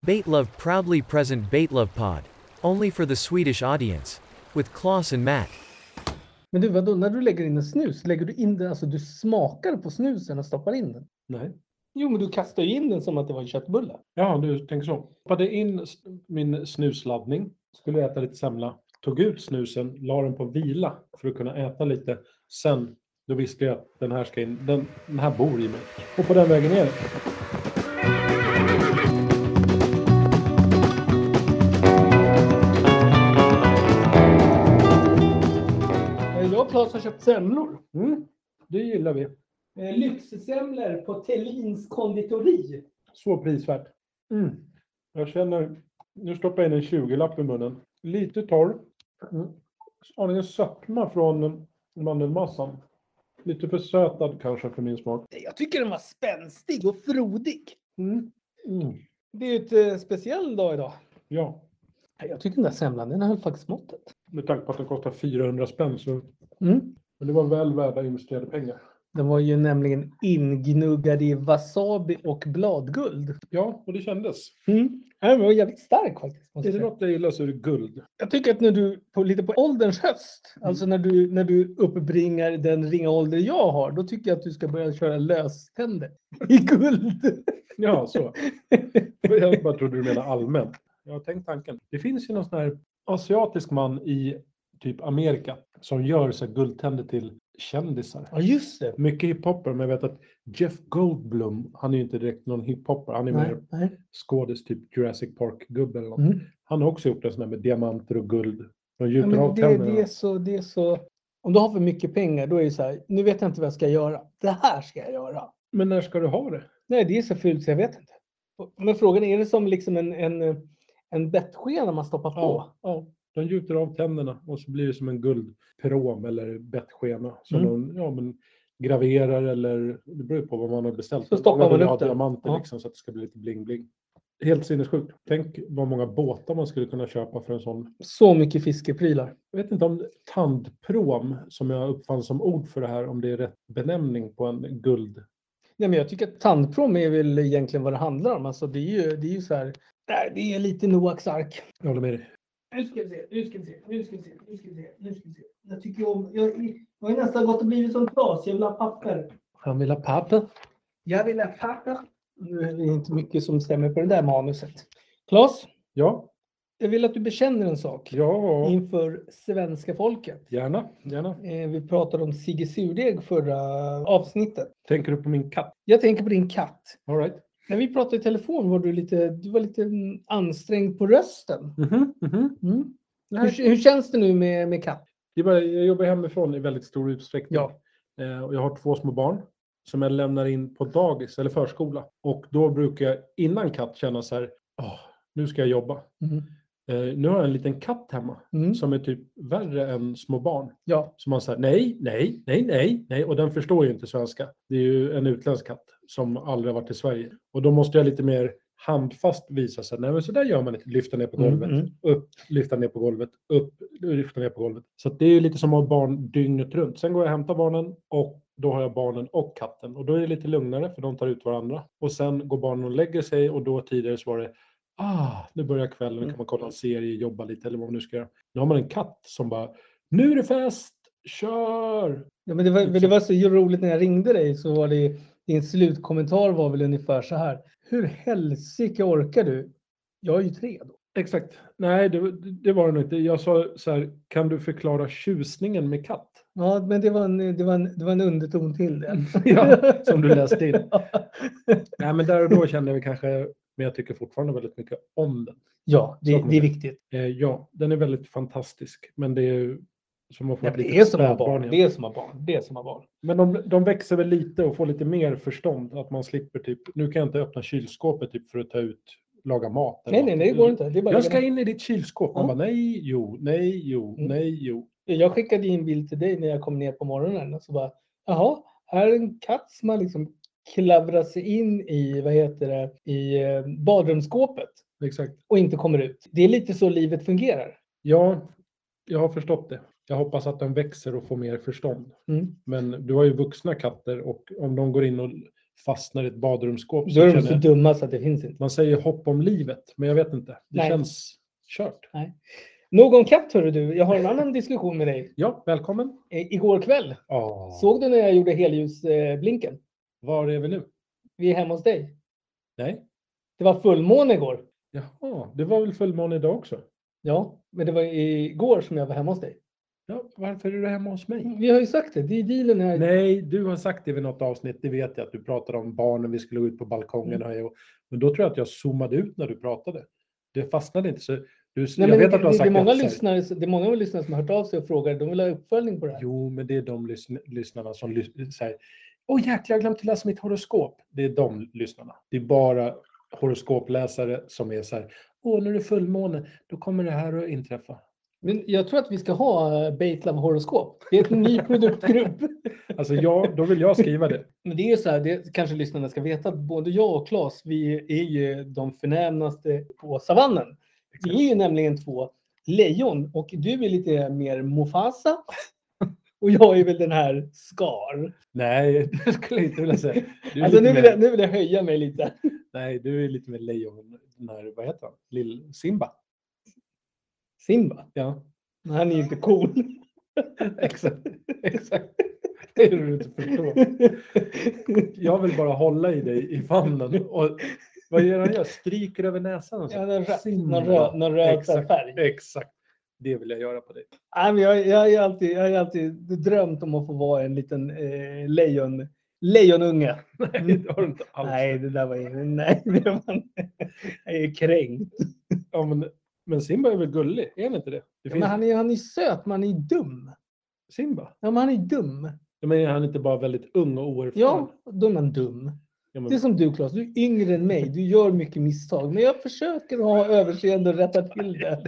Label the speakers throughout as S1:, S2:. S1: Baitlove proudly present Baitlove Pod. Only for the Swedish audience. With Klaus and Matt.
S2: Men du, vadå, när du lägger in en snus, lägger du in den, alltså du smakar på snusen och stoppar in den?
S3: Nej.
S2: Jo, men du kastar ju in den som att det var en köttbulle.
S3: Ja, du tänker så. Stoppade in s- min snusladdning, skulle äta lite semla, tog ut snusen, la den på vila för att kunna äta lite. Sen, då visste jag att den här ska in, den, den här bor i mig. Och på den vägen är det.
S2: Eh, Jag och Claes har köpt semlor.
S3: Mm, det gillar vi.
S2: Eh, Lyxsemlor på Tellins konditori.
S3: Så prisvärt. Mm. Jag känner, nu stoppar jag in en 20-lapp i munnen. Lite torr. Mm. Aningen sötma från mandelmassan. Lite försötad kanske för min smak.
S2: Jag tycker den var spänstig och frodig.
S3: Mm. Mm.
S2: Det är ju ett eh, speciell dag idag.
S3: Ja,
S2: Nej, Jag tycker den där semlan, den höll faktiskt måttet.
S3: med tanke på att den kostar 400 spänn så
S2: Mm.
S3: Men det var väl värda investerade pengar.
S2: Den var ju nämligen ingnuggad i wasabi och bladguld.
S3: Ja, och det kändes.
S2: Mm. Den var jävligt stark faktiskt. måste
S3: Är
S2: jag
S3: det
S2: säga.
S3: något jag gillar så är det guld.
S2: Jag tycker att när du, på, lite på ålderns höst, alltså när du, när du uppbringar den ringa ålder jag har, då tycker jag att du ska börja köra löständer i guld.
S3: Ja, så. Jag bara trodde du menade allmänt. Jag har tänkt tanken. Det finns ju någon sån här asiatisk man i typ Amerika som gör så här guldtänder till kändisar.
S2: Ja, just det.
S3: Mycket hiphopper, men jag vet att Jeff Goldblum, han är ju inte direkt någon hiphopper, han är
S2: Nej,
S3: mer
S2: nej.
S3: skådis, typ Jurassic Park-gubbe eller något.
S2: Mm.
S3: Han har också gjort en sån här med diamanter och guld. De
S2: Ja,
S3: gjuter
S2: men
S3: av
S2: det,
S3: tänderna.
S2: det, är så, det är så... Om du har för mycket pengar, då är det så här, nu vet jag inte vad jag ska göra. Det här ska jag göra.
S3: Men när ska du ha det?
S2: Nej, det är så fult så jag vet inte. Men frågan är, är det som liksom en, en, en bettskena man stoppar på?
S3: Ja, ja, de gjuter av tänderna och så blir det som en guldperom eller bettskena som
S2: Mm.
S3: de ja, men graverar eller det beror ju på vad man har beställt.
S2: Så stoppar
S3: Många
S2: man
S3: vill ha
S2: upp den.
S3: diamanter
S2: Ja.
S3: liksom, så att det ska bli lite bling-bling. Helt sinnessjukt. Tänk vad många båtar man skulle kunna köpa för en sån.
S2: Så mycket fiskeprylar.
S3: Jag vet inte om tandprom, som jag uppfann som ord för det här, om det är rätt benämning på en guld.
S2: Nej, men jag tycker att tandprom är väl egentligen vad det handlar om. Alltså, det är ju, det är ju så här, nej, det är lite Noaks ark.
S3: Jag håller med dig.
S2: Nu ska vi se, nu ska vi se, nu ska vi se, nu ska vi se, nu ska vi se. Jag tycker om, jag, jag har nästan gått och blivit som Claes, jag vill ha papper.
S3: Han vill ha papper.
S2: Jag vill ha papper. Nu är det inte mycket som stämmer på det där manuset. Claes,
S3: Ja,
S2: jag vill att du bekänner en sak
S3: ja,
S2: inför svenska folket.
S3: gärna, gärna.
S2: Eh, Vi pratade om Sigge Surdeg förra avsnittet.
S3: Tänker du på min katt?
S2: Jag tänker på din katt.
S3: All right.
S2: När vi pratade i telefon var du lite, du var lite mm, ansträngd på rösten.
S3: Mhm, mhm.
S2: Mm.
S3: Nej.
S2: Hur, hur känns det nu med, med katt?
S3: Det är bara, jag jobbar hemifrån i väldigt stor utsträckning.
S2: Ja.
S3: Eh, och jag har två små barn som jag lämnar in på dagis eller förskola. Och då brukar jag innan katt känna så här, "Åh, nu ska jag jobba.
S2: Mm.
S3: Eh, nu har jag en liten katt hemma
S2: Mm.
S3: som är typ värre än små barn.
S2: Ja.
S3: Så man säger nej, nej, nej, nej, nej. Och den förstår ju inte svenska. Det är ju en utländsk katt som aldrig har varit i Sverige. Och då måste jag lite mer handfast visa sig. Nej, men så där gör man inte. Lyfta ner på golvet,
S2: Mm, mm.
S3: upp, lyfta ner på golvet, upp, lyfta ner på golvet. Så att det är ju lite som att ha barn dygnet runt. Sen går jag och hämtar barnen och då har jag barnen och katten. Och då är det lite lugnare för de tar ut varandra. Och sen går barnen och lägger sig och då tidigare så var det Ah, nu börjar kvällen,
S2: Mm.
S3: nu kan man kolla en serie, jobba lite eller vad man nu ska göra. Nu har man en katt som bara nu är det fest! Kör!
S2: Ja, men det, var, det var så roligt när jag ringde dig så var det din slutkommentar var väl ungefär så här. Hur helsike orkar du? Jag är ju tre då.
S3: Exakt. Nej, det, det var det nog inte. Jag sa så här, kan du förklara tjusningen med katt?
S2: Ja, men det var en, det var en, det var en underton till
S3: Mm.
S2: det.
S3: ja, som du läste in. Nej, men där och då kände jag väl kanske, men jag tycker fortfarande väldigt mycket om den.
S2: Ja,
S3: Så
S2: det,
S3: kommer
S2: det är
S3: det.
S2: viktigt.
S3: Eh, ja, den är väldigt fantastisk, men det är ju som att få
S2: Ja,
S3: ett
S2: men det
S3: litet
S2: är som att ha
S3: typ spädbarn
S2: barn.
S3: igen.
S2: Det är som att ha barn. Det är som att ha barn.
S3: Men de, de växer väl lite och får lite mer förstånd. Att man slipper typ, nu kan jag inte öppna kylskåpet typ för att ta ut, laga mat. eller
S2: Nej, nej, nej, det
S3: något.
S2: går inte. Det är bara
S3: Jag ska in i ditt kylskåp. Man
S2: Ja.
S3: bara, nej, jo, nej, jo,
S2: Mm.
S3: nej, jo.
S2: jag skickade in en bild till dig när jag kom ner på morgonen och så bara, jaha, här är en katt som har liksom klavrat sig in i, vad heter det, i eh, badrumsskåpet
S3: Exakt.
S2: och inte kommer ut. Det är lite så livet fungerar.
S3: Ja, jag har förstått det. Jag hoppas att den växer och får mer förstånd.
S2: Mm.
S3: Men du har ju vuxna katter och om de går in och fastnar i ett badrumsskåp.
S2: Då är de
S3: känner
S2: så
S3: jag-
S2: dumma så att det finns inte.
S3: man säger hopp om livet, men jag vet inte. Det
S2: Nej.
S3: känns kört.
S2: Någon katt hörru du, jag har en annan diskussion med dig.
S3: Ja, välkommen.
S2: Eh, Igår kväll,
S3: Oh.
S2: såg du när jag gjorde helljusblinken?
S3: Var är vi nu?
S2: Vi är hemma hos dig.
S3: Nej.
S2: Det var fullmåne igår.
S3: Jaha, det var väl fullmåne idag också?
S2: Ja, men det var igår som jag var hemma hos dig.
S3: Ja, varför är du hemma hos mig?
S2: Vi har ju sagt det, det är dealen här.
S3: Nej, du har sagt det vid något avsnitt. Det vet jag att du pratade om barnen. Vi skulle gå ut på
S2: Mm.
S3: balkongen. och- och- Men då tror jag att jag zoomade ut när du pratade. Det fastnade inte. Så du, jag
S2: Nej, men
S3: vet
S2: det,
S3: att du har
S2: det,
S3: sagt
S2: det, är många
S3: så här.
S2: lyssnare, det är många lyssnare som har hört av sig och frågar. De vill ha uppföljning på det här.
S3: Jo, men det är de lyssn lyssnarna som lys- säger Åh jäklar, jag har glömt att läsa mitt horoskop. Det är de lyssnarna. Det är bara horoskopläsare som är så här. Åh, nu är det fullmåne. Då kommer det här att inträffa.
S2: Men jag tror att vi ska ha eh, Baitlab horoskop. Det är en ny produktgrupp.
S3: Alltså, jag, då vill jag skriva det.
S2: Men det är ju så här, det kanske lyssnarna ska veta. Både jag och Claes, vi är ju de förnämnaste på savannen. Vi är ju nämligen två lejon och du är lite mer Mufasa. Och jag är väl den här Scar.
S3: Nej, det skulle jag inte vilja säga. Du är
S2: Alltså
S3: lite
S2: nu vill,
S3: mer-
S2: jag, nu vill jag höja mig lite.
S3: Nej, du är lite mer lejon. När, vad heter han? Lill Simba.
S2: Simba,
S3: Ja,
S2: men han är ju inte cool.
S3: exakt. exakt. Det är det du inte förstår. Jag vill bara hålla i dig i famnen. Och, vad gör han? Jag skriker över näsan. Och så.
S2: Ja, någon röd,
S3: Simba.
S2: någon röd, någon röd så här
S3: Exakt.
S2: färg.
S3: Exakt. Det vill jag göra på dig.
S2: Nej, men jag, jag, har ju alltid, jag har ju alltid drömt om att få vara en liten eh, lejon, lejonunge. Mm.
S3: Nej, det har du inte alls.
S2: Nej, det där var ju... Nej, det var inte. Jag är kränkt.
S3: Ja, men, men Simba är väl gullig? Är han inte det? det
S2: Ja,
S3: finns...
S2: men han är, han är söt, men han är dum.
S3: Simba?
S2: Ja, men han är dum.
S3: Ja, men är han inte bara väldigt ung och oerfaren?
S2: Ja, då är man dum.
S3: Ja, men,
S2: Det är som du Claes, du är yngre än mig. Du gör mycket misstag, men jag försöker ha överseende och rätta till det.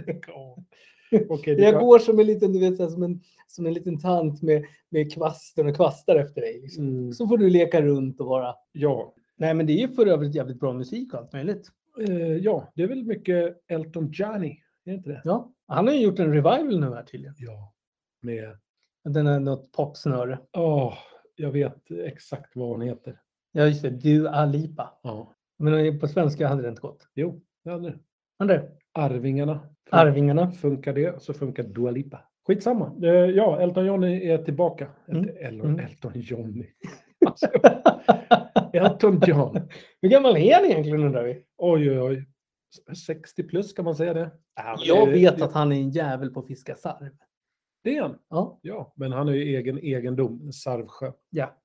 S3: Okej, det
S2: Jag
S3: kan-
S2: går som en liten, du vet, så här, som en, som en liten tant med, med kvasten och kvastar efter dig. Liksom.
S3: Mm,
S2: Så får du leka runt och vara...
S3: ja.
S2: Nej, men det är ju för övrigt jävligt bra musik och allt möjligt.
S3: Eh, ja, det är väl mycket Elton Johnny? Är det inte det?
S2: Ja, han har ju gjort en revival nu här tydligen.
S3: Ja. Med...
S2: Den är något popsnöre.
S3: Åh, jag vet exakt vad hon heter.
S2: Ja, just det. Du Alipa.
S3: Ja.
S2: Men eh, på svenska hade det inte gått.
S3: Jo, det hade det.
S2: Men det,
S3: Arvingarna.
S2: Arvingarna.
S3: Funkar det så funkar Dua Lipa. Skitsamma. Eh, ja, Elton Johnny är tillbaka.
S2: Mm.
S3: Elton,
S2: Mm.
S3: Elton Johnny. Elton John.
S2: Hur gammal är han egentligen undrar vi?
S3: Oj, oj, oj. 60 plus, kan man säga det? Ja, men
S2: Jag
S3: det-
S2: vet
S3: det-
S2: att han är en jävel på att fiska sarv.
S3: Det är han.
S2: Ja.
S3: Ja, men han har ju egen egendom, Sarvsjö.
S2: Ja.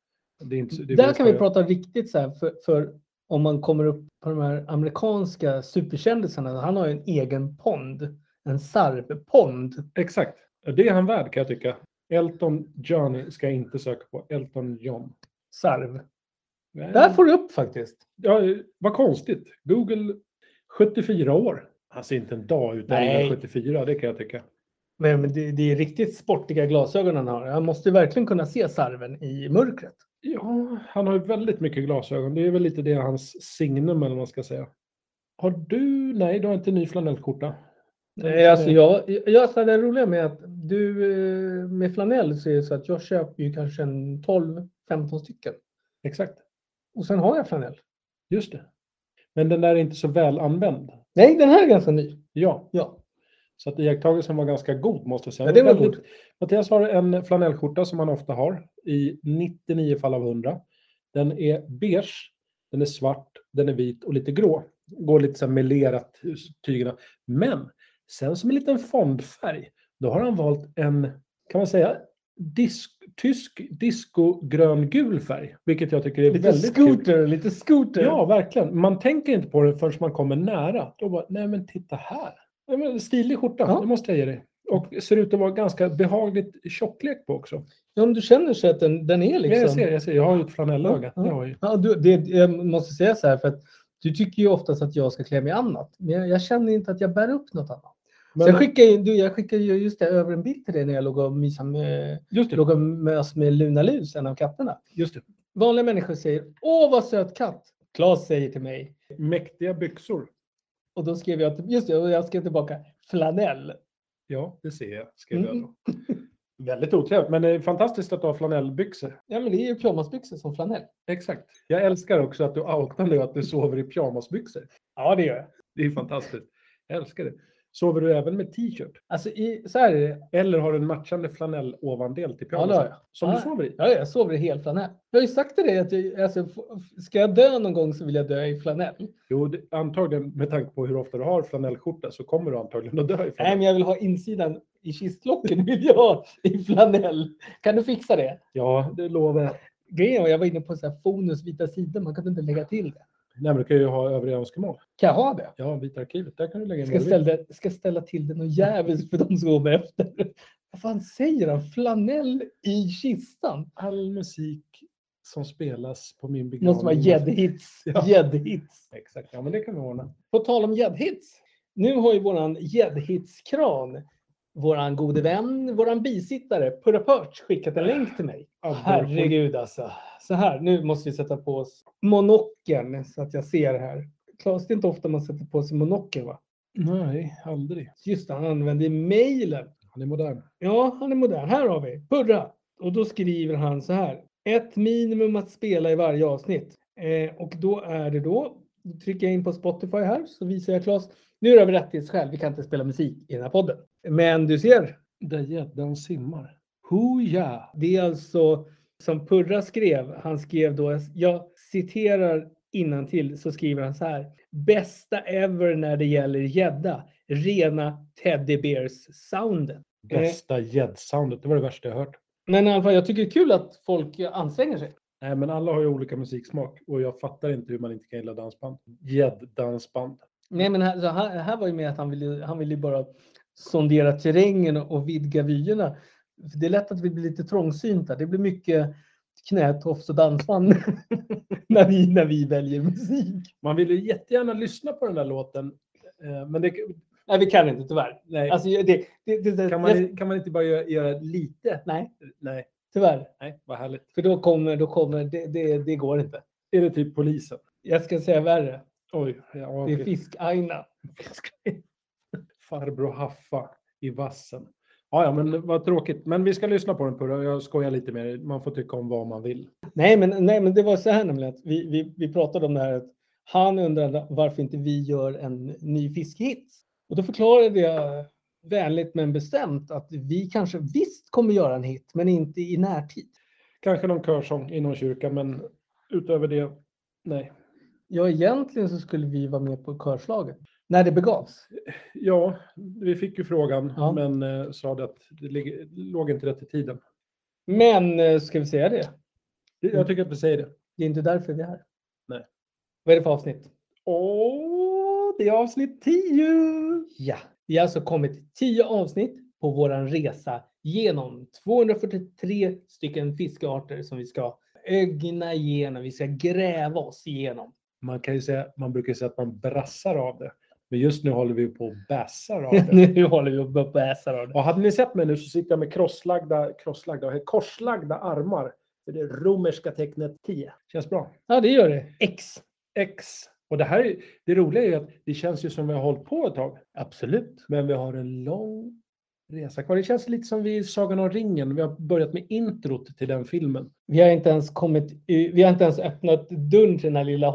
S3: Det är inte, så- det är
S2: Där
S3: väl
S2: kan vi
S3: för-
S2: prata riktigt så här för, för om man kommer upp på de här amerikanska superkändisarna. Han har ju en egen pond. En sarvpond.
S3: Exakt. Det är han värd kan jag tycka. Elton Johnny ska jag inte söka på. Elton John.
S2: Sarv.
S3: Nej.
S2: Där får du upp faktiskt.
S3: Ja, vad konstigt. Google 74 år. Han ser inte en dag ut när han
S2: Nej.
S3: är 74, det kan jag tycka.
S2: Men, men det, det är riktigt sportiga glasögon han har. Han måste ju verkligen kunna se sarven i mörkret.
S3: Ja, han har ju väldigt mycket glasögon. Det är väl lite det hans signum eller vad man ska säga. Har du? Nej, du har inte ny flanellskjorta.
S2: Nej, alltså jag, jag, alltså det roliga med att du eh, med flanell så är det så att jag köper ju kanske en 12-15 stycken.
S3: Exakt,
S2: Och sen har jag flanell.
S3: just det. Men den där är inte så väl använd.
S2: Nej, den här är ganska ny.
S3: Ja,
S2: Ja.
S3: så att iakttagelsen var ganska god måste jag säga.
S2: Ja, det var
S3: Väldigt-
S2: god.
S3: Mattias har en flanellskjorta som han ofta har i 99 fall av 100. Den är beige, den är svart, den är vit och lite grå. Går lite så här melerat i tygerna. Men sen som en liten fondfärg, då har han valt en, kan man säga, disk, tysk disco-grön-gul färg. Vilket jag tycker är
S2: Lite
S3: väldigt kul.
S2: scooter, lite scooter.
S3: Ja, verkligen. Man tänker inte på det förrän man kommer nära. Då bara, nej men titta här. Nej, men stilig skjorta,
S2: Ja.
S3: det måste jag ge dig. Och ser ut att vara ganska behagligt tjocklek på också.
S2: Ja, Om du känner så att den, den är
S3: Men jag
S2: liksom...
S3: ser, jag ser, jag har ju ett flanellöga.
S2: Ja,
S3: Det har jag ju.
S2: Ja, du, det, jag måste säga så här för att du tycker ju oftast att jag ska klä mig annat. Men jag, jag känner inte att jag bär upp något annat.
S3: Men,
S2: Så jag skickade ju, du, jag skickade ju just det, över en bild till dig när jag låg och mysade med,
S3: just, det,
S2: låg och mös med Luna Lus, en av katterna.
S3: just det.
S2: Vanliga människor säger Åh vad söt katt! Claes säger till mig.
S3: Mäktiga byxor.
S2: Och då skrev jag, till- just det, och jag skrev tillbaka flanell.
S3: Ja, det ser jag, skrev
S2: Mm.
S3: jag då. Väldigt otrevligt, men det är fantastiskt att du har flanellbyxor.
S2: Ja, men det är ju pyjamasbyxor som flanell.
S3: Exakt. Jag älskar också att du outar nu att du sover i pyjamasbyxor.
S2: Ja, det gör jag.
S3: Det är fantastiskt. Jag älskar det. Sover du även med t-shirt?
S2: Alltså, i, så här är det.
S3: Eller har du en matchande flanell ovandel till
S2: Ja, det
S3: pyjamasen?
S2: har jag.
S3: Som
S2: Ja.
S3: du sover i?
S2: Ja, jag sover i hel flanell. Jag har ju sagt till dig att jag, alltså, f- ska jag dö någon gång så vill jag dö i flanell.
S3: Jo, det- antagligen med tanke på hur ofta du har flanellskjorta så kommer du antagligen att dö i
S2: Nej,
S3: flanell.
S2: men jag vill ha insidan i kistlocken vill jag ha i flanell. Kan du fixa det?
S3: Ja, det lovar jag.
S2: Grejen var jag var inne på så här Fonus vita sidor, man kan inte lägga till det.
S3: Nej, men du kan ju ha övriga önskemål.
S2: Kan jag ha det?
S3: Ja, Vita Arkivet, där kan du lägga in
S2: Ska
S3: vad du vill.
S2: ställa, ska ställa till det något jävligt för de som går med efter. Vad fan säger han? Flanell i kistan?
S3: All musik som spelas på min begravning.
S2: Måste vara gäddhits.
S3: Ja.
S2: Gäddhits.
S3: Exakt, ja men det kan vi ordna.
S2: På tal om gäddhits. Nu har ju våran gäddhitskran, våran gode vän, våran bisittare Purra Perch skickat en länk till mig. Herregud alltså. Så här, nu måste vi sätta på oss monokeln så att jag ser här. Klas, det är inte ofta man sätter på sig monokel va?
S3: Nej, aldrig.
S2: Just det, han använder mejlen.
S3: Han är modern.
S2: Ja, han är modern. Här har vi Purra. Och då skriver han så här. Ett minimum att spela i varje avsnitt. Eh, och då är det då. Då trycker jag in på Spotify här så visar jag Claes. Nu är det av rättighetsskäl. Vi kan inte spela musik i den här podden. Men du ser.
S3: Där gäddan simmar. Hoja!
S2: Det är alltså som Purra skrev. Han skrev då. Jag citerar innantill så skriver han så här. Bästa ever när det gäller gädda. Rena Teddy Bears soundet.
S3: Bästa gäddsoundet, det var det värsta jag hört.
S2: Men i alla fall, jag tycker det är kul att folk anstränger sig.
S3: Nej, Eh, men alla har ju olika musiksmak och jag fattar inte hur man inte kan gilla dansband. Gädddansband.
S2: Nej, men här, så här, här var ju med att han ville, han ville bara sondera terrängen och vidga vyerna. För Det är lätt att vi blir lite trångsynta. Det blir mycket knätofs och dansband när, vi, när vi väljer musik.
S3: Man vill ju jättegärna lyssna på den där låten, eh, men det,
S2: Nej, vi kan inte tyvärr.
S3: nej.
S2: Alltså, det, det, det, det,
S3: kan,
S2: jag-
S3: man, kan man inte bara göra, göra lite?
S2: Nej,
S3: Nej,
S2: tyvärr.
S3: nej, vad härligt.
S2: För då kommer, då kommer det, det, det går inte.
S3: Är det typ polisen?
S2: Jag ska säga värre.
S3: Oj, ja,
S2: Det är
S3: okej.
S2: fisk-Aina.
S3: Farbror Haffa i vassen. Ja, ja, men vad tråkigt. Men vi ska lyssna på den Purra. Jag skojar lite med dig. Man får tycka om vad man vill.
S2: Nej men, nej, men det var så här nämligen att vi, vi, vi pratade om det här att han undrade varför inte vi gör en ny fiskhit. Och då förklarade jag vänligt men bestämt att vi kanske visst kommer göra en hit, men inte i närtid.
S3: Kanske någon körsång i någon kyrka, men utöver det, nej.
S2: Ja, egentligen så skulle vi vara med på körslaget när det begavs.
S3: Ja, vi fick ju frågan,
S2: Ja.
S3: men eh, sa det att det ligger- låg inte rätt i tiden.
S2: Men eh, ska vi säga det?
S3: Jag tycker att vi säger det.
S2: Det är inte därför vi är här.
S3: Nej.
S2: Vad är det för avsnitt?
S3: Åh, det är avsnitt 10!
S2: Ja, vi har alltså kommit till 10 avsnitt på våran resa genom 243 stycken fiskearter som vi ska ögna igenom, vi ska gräva oss igenom.
S3: Man kan ju säga, man brukar ju säga att man brassar av det. Men just nu håller vi på och bassar av det.
S2: nu håller vi och bäsar av det.
S3: Och hade ni sett mig nu så sitter jag med krosslagda, krosslagda, korslagda armar. För det romerska tecknet 10. Känns bra.
S2: Ja, det gör det. X.
S3: X. Och det här är, det roliga är ju att det känns ju som vi har hållit på ett tag.
S2: Absolut.
S3: Men vi har en lång resa kvar. Det känns lite som vi i Sagan om ringen. Vi har börjat med introt till den filmen.
S2: Vi har inte ens kommit, i- vi har inte ens öppnat dörren till den här lilla eh,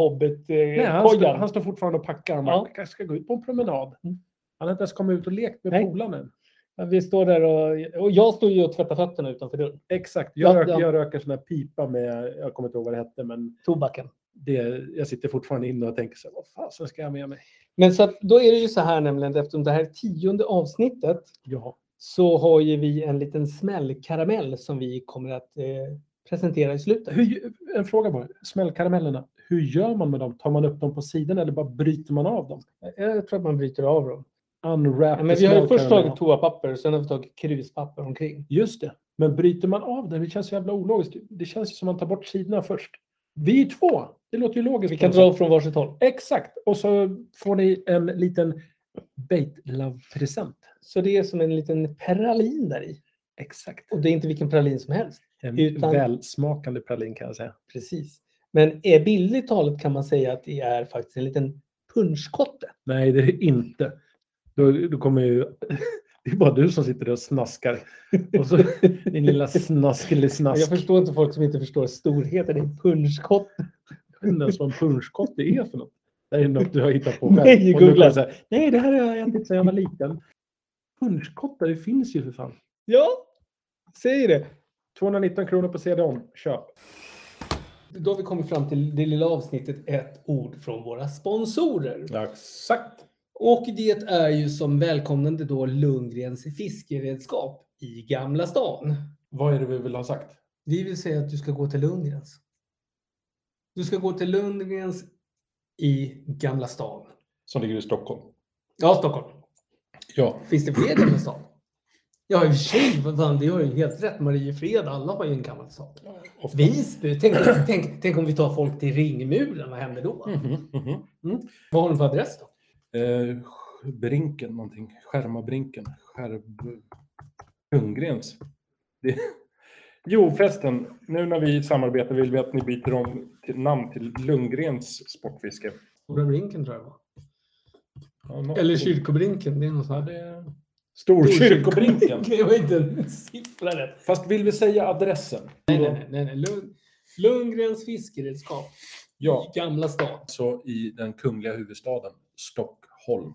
S3: Nej, han, står,
S2: hobbit-kojan.
S3: han står fortfarande och packar. Han
S2: Ja.
S3: bara, "Jag kanske ska gå ut på en promenad.
S2: Mm.
S3: Han har inte ens kommit ut och lekt med
S2: Nej.
S3: polarna än.
S2: Vi står där och, och jag står ju och tvättar fötterna utanför dörren.
S3: Exakt.
S2: Ja,
S3: Jag, rök,
S2: ja.
S3: jag röker sån här pipa med, jag kommer inte ihåg vad det hette, men
S2: Tobaken.
S3: det, jag sitter fortfarande inne och tänker så här, vad fasen ska jag med mig?
S2: Men så att, då är det ju så här nämligen, eftersom det här är tionde avsnittet
S3: Ja.
S2: så har ju vi en liten smällkaramell som vi kommer att eh, presentera i slutet.
S3: Hur, en fråga bara, smällkaramellerna, hur gör man med dem? Tar man upp dem på sidan eller bara bryter man av dem?
S2: Jag tror att man bryter av dem.
S3: Unwrap
S2: Ja, men vi har ju först
S3: smällkaramellerna.
S2: tagit toapapper och sen har vi tagit kruspapper omkring.
S3: Just det, men bryter man av den? Det känns så jävla ologiskt. Det känns ju som att man tar bort sidorna först. Vi är två, det låter ju logiskt.
S2: Vi
S3: på
S2: kan
S3: något
S2: dra
S3: sätt.
S2: från varsitt håll.
S3: Exakt, och så får ni en liten bait love present
S2: Så det är som en liten pralin där i.
S3: Exakt.
S2: Och det är inte vilken pralin som helst.
S3: En
S2: Utan-
S3: välsmakande pralin kan jag säga.
S2: Precis. Men är bildligt talat kan man säga att det är faktiskt en liten punschkotte.
S3: Nej, det är det inte. Då, då kommer ju Det är bara du som sitter där och snaskar. Och så din lilla snask eller snask.
S2: Jag förstår inte folk som inte förstår storheten i punschkott.
S3: Jag vet inte ens vad en punschkott det är för något. Det här är något du har hittat på själv.
S2: Nej,
S3: Och nu
S2: googla.
S3: kommer jag så här, Nej, det här har jag ätit sedan jag var liten. Punschkottar, det finns ju för fan.
S2: Ja, säg det.
S3: 219 kronor på CD-ON. Köp.
S2: Då har vi kommit fram till det lilla avsnittet ett ord från våra sponsorer.
S3: Exakt.
S2: Och det är ju som välkomnande då Lundgrens fiskeredskap i Gamla stan.
S3: Vad är det vi vill ha sagt?
S2: Vi vill säga att du ska gå till Lundgrens. Du ska gå till Lundgrens i Gamla stan.
S3: Som ligger i Stockholm.
S2: Ja, Stockholm.
S3: Ja.
S2: Finns det fler i Gamla stan? Ja, i och för sig. vad fan, Det har ju helt rätt. Mariefred, alla har ju en Gamla stan.
S3: ofta.
S2: Visby. Tänk, tänk, tänk om vi tar folk till Ringmuren. Vad händer då?
S3: Mhm, mhm.
S2: Vad har de för adress då?
S3: Eh, brinken någonting. Skärmabrinken. Skärb... Ljunggrens. Det... Jo förresten, nu när vi samarbetar vill vi att ni byter om till namn till Lundgrens Sportfiske.
S2: Stora Brinken tror jag det var.
S3: Ja, något-
S2: Eller Kyrkobrinken. Det är något sånt.
S3: Ja, det... Storkyrkobrinken.
S2: Det var inte en siffra rätt.
S3: Fast vill vi säga adressen?
S2: Nej, nej, nej. nej, nej. Lund, Lundgrens fiskeredskap.
S3: Ja,
S2: I Gamla stan.
S3: så i den kungliga huvudstaden Stockholm.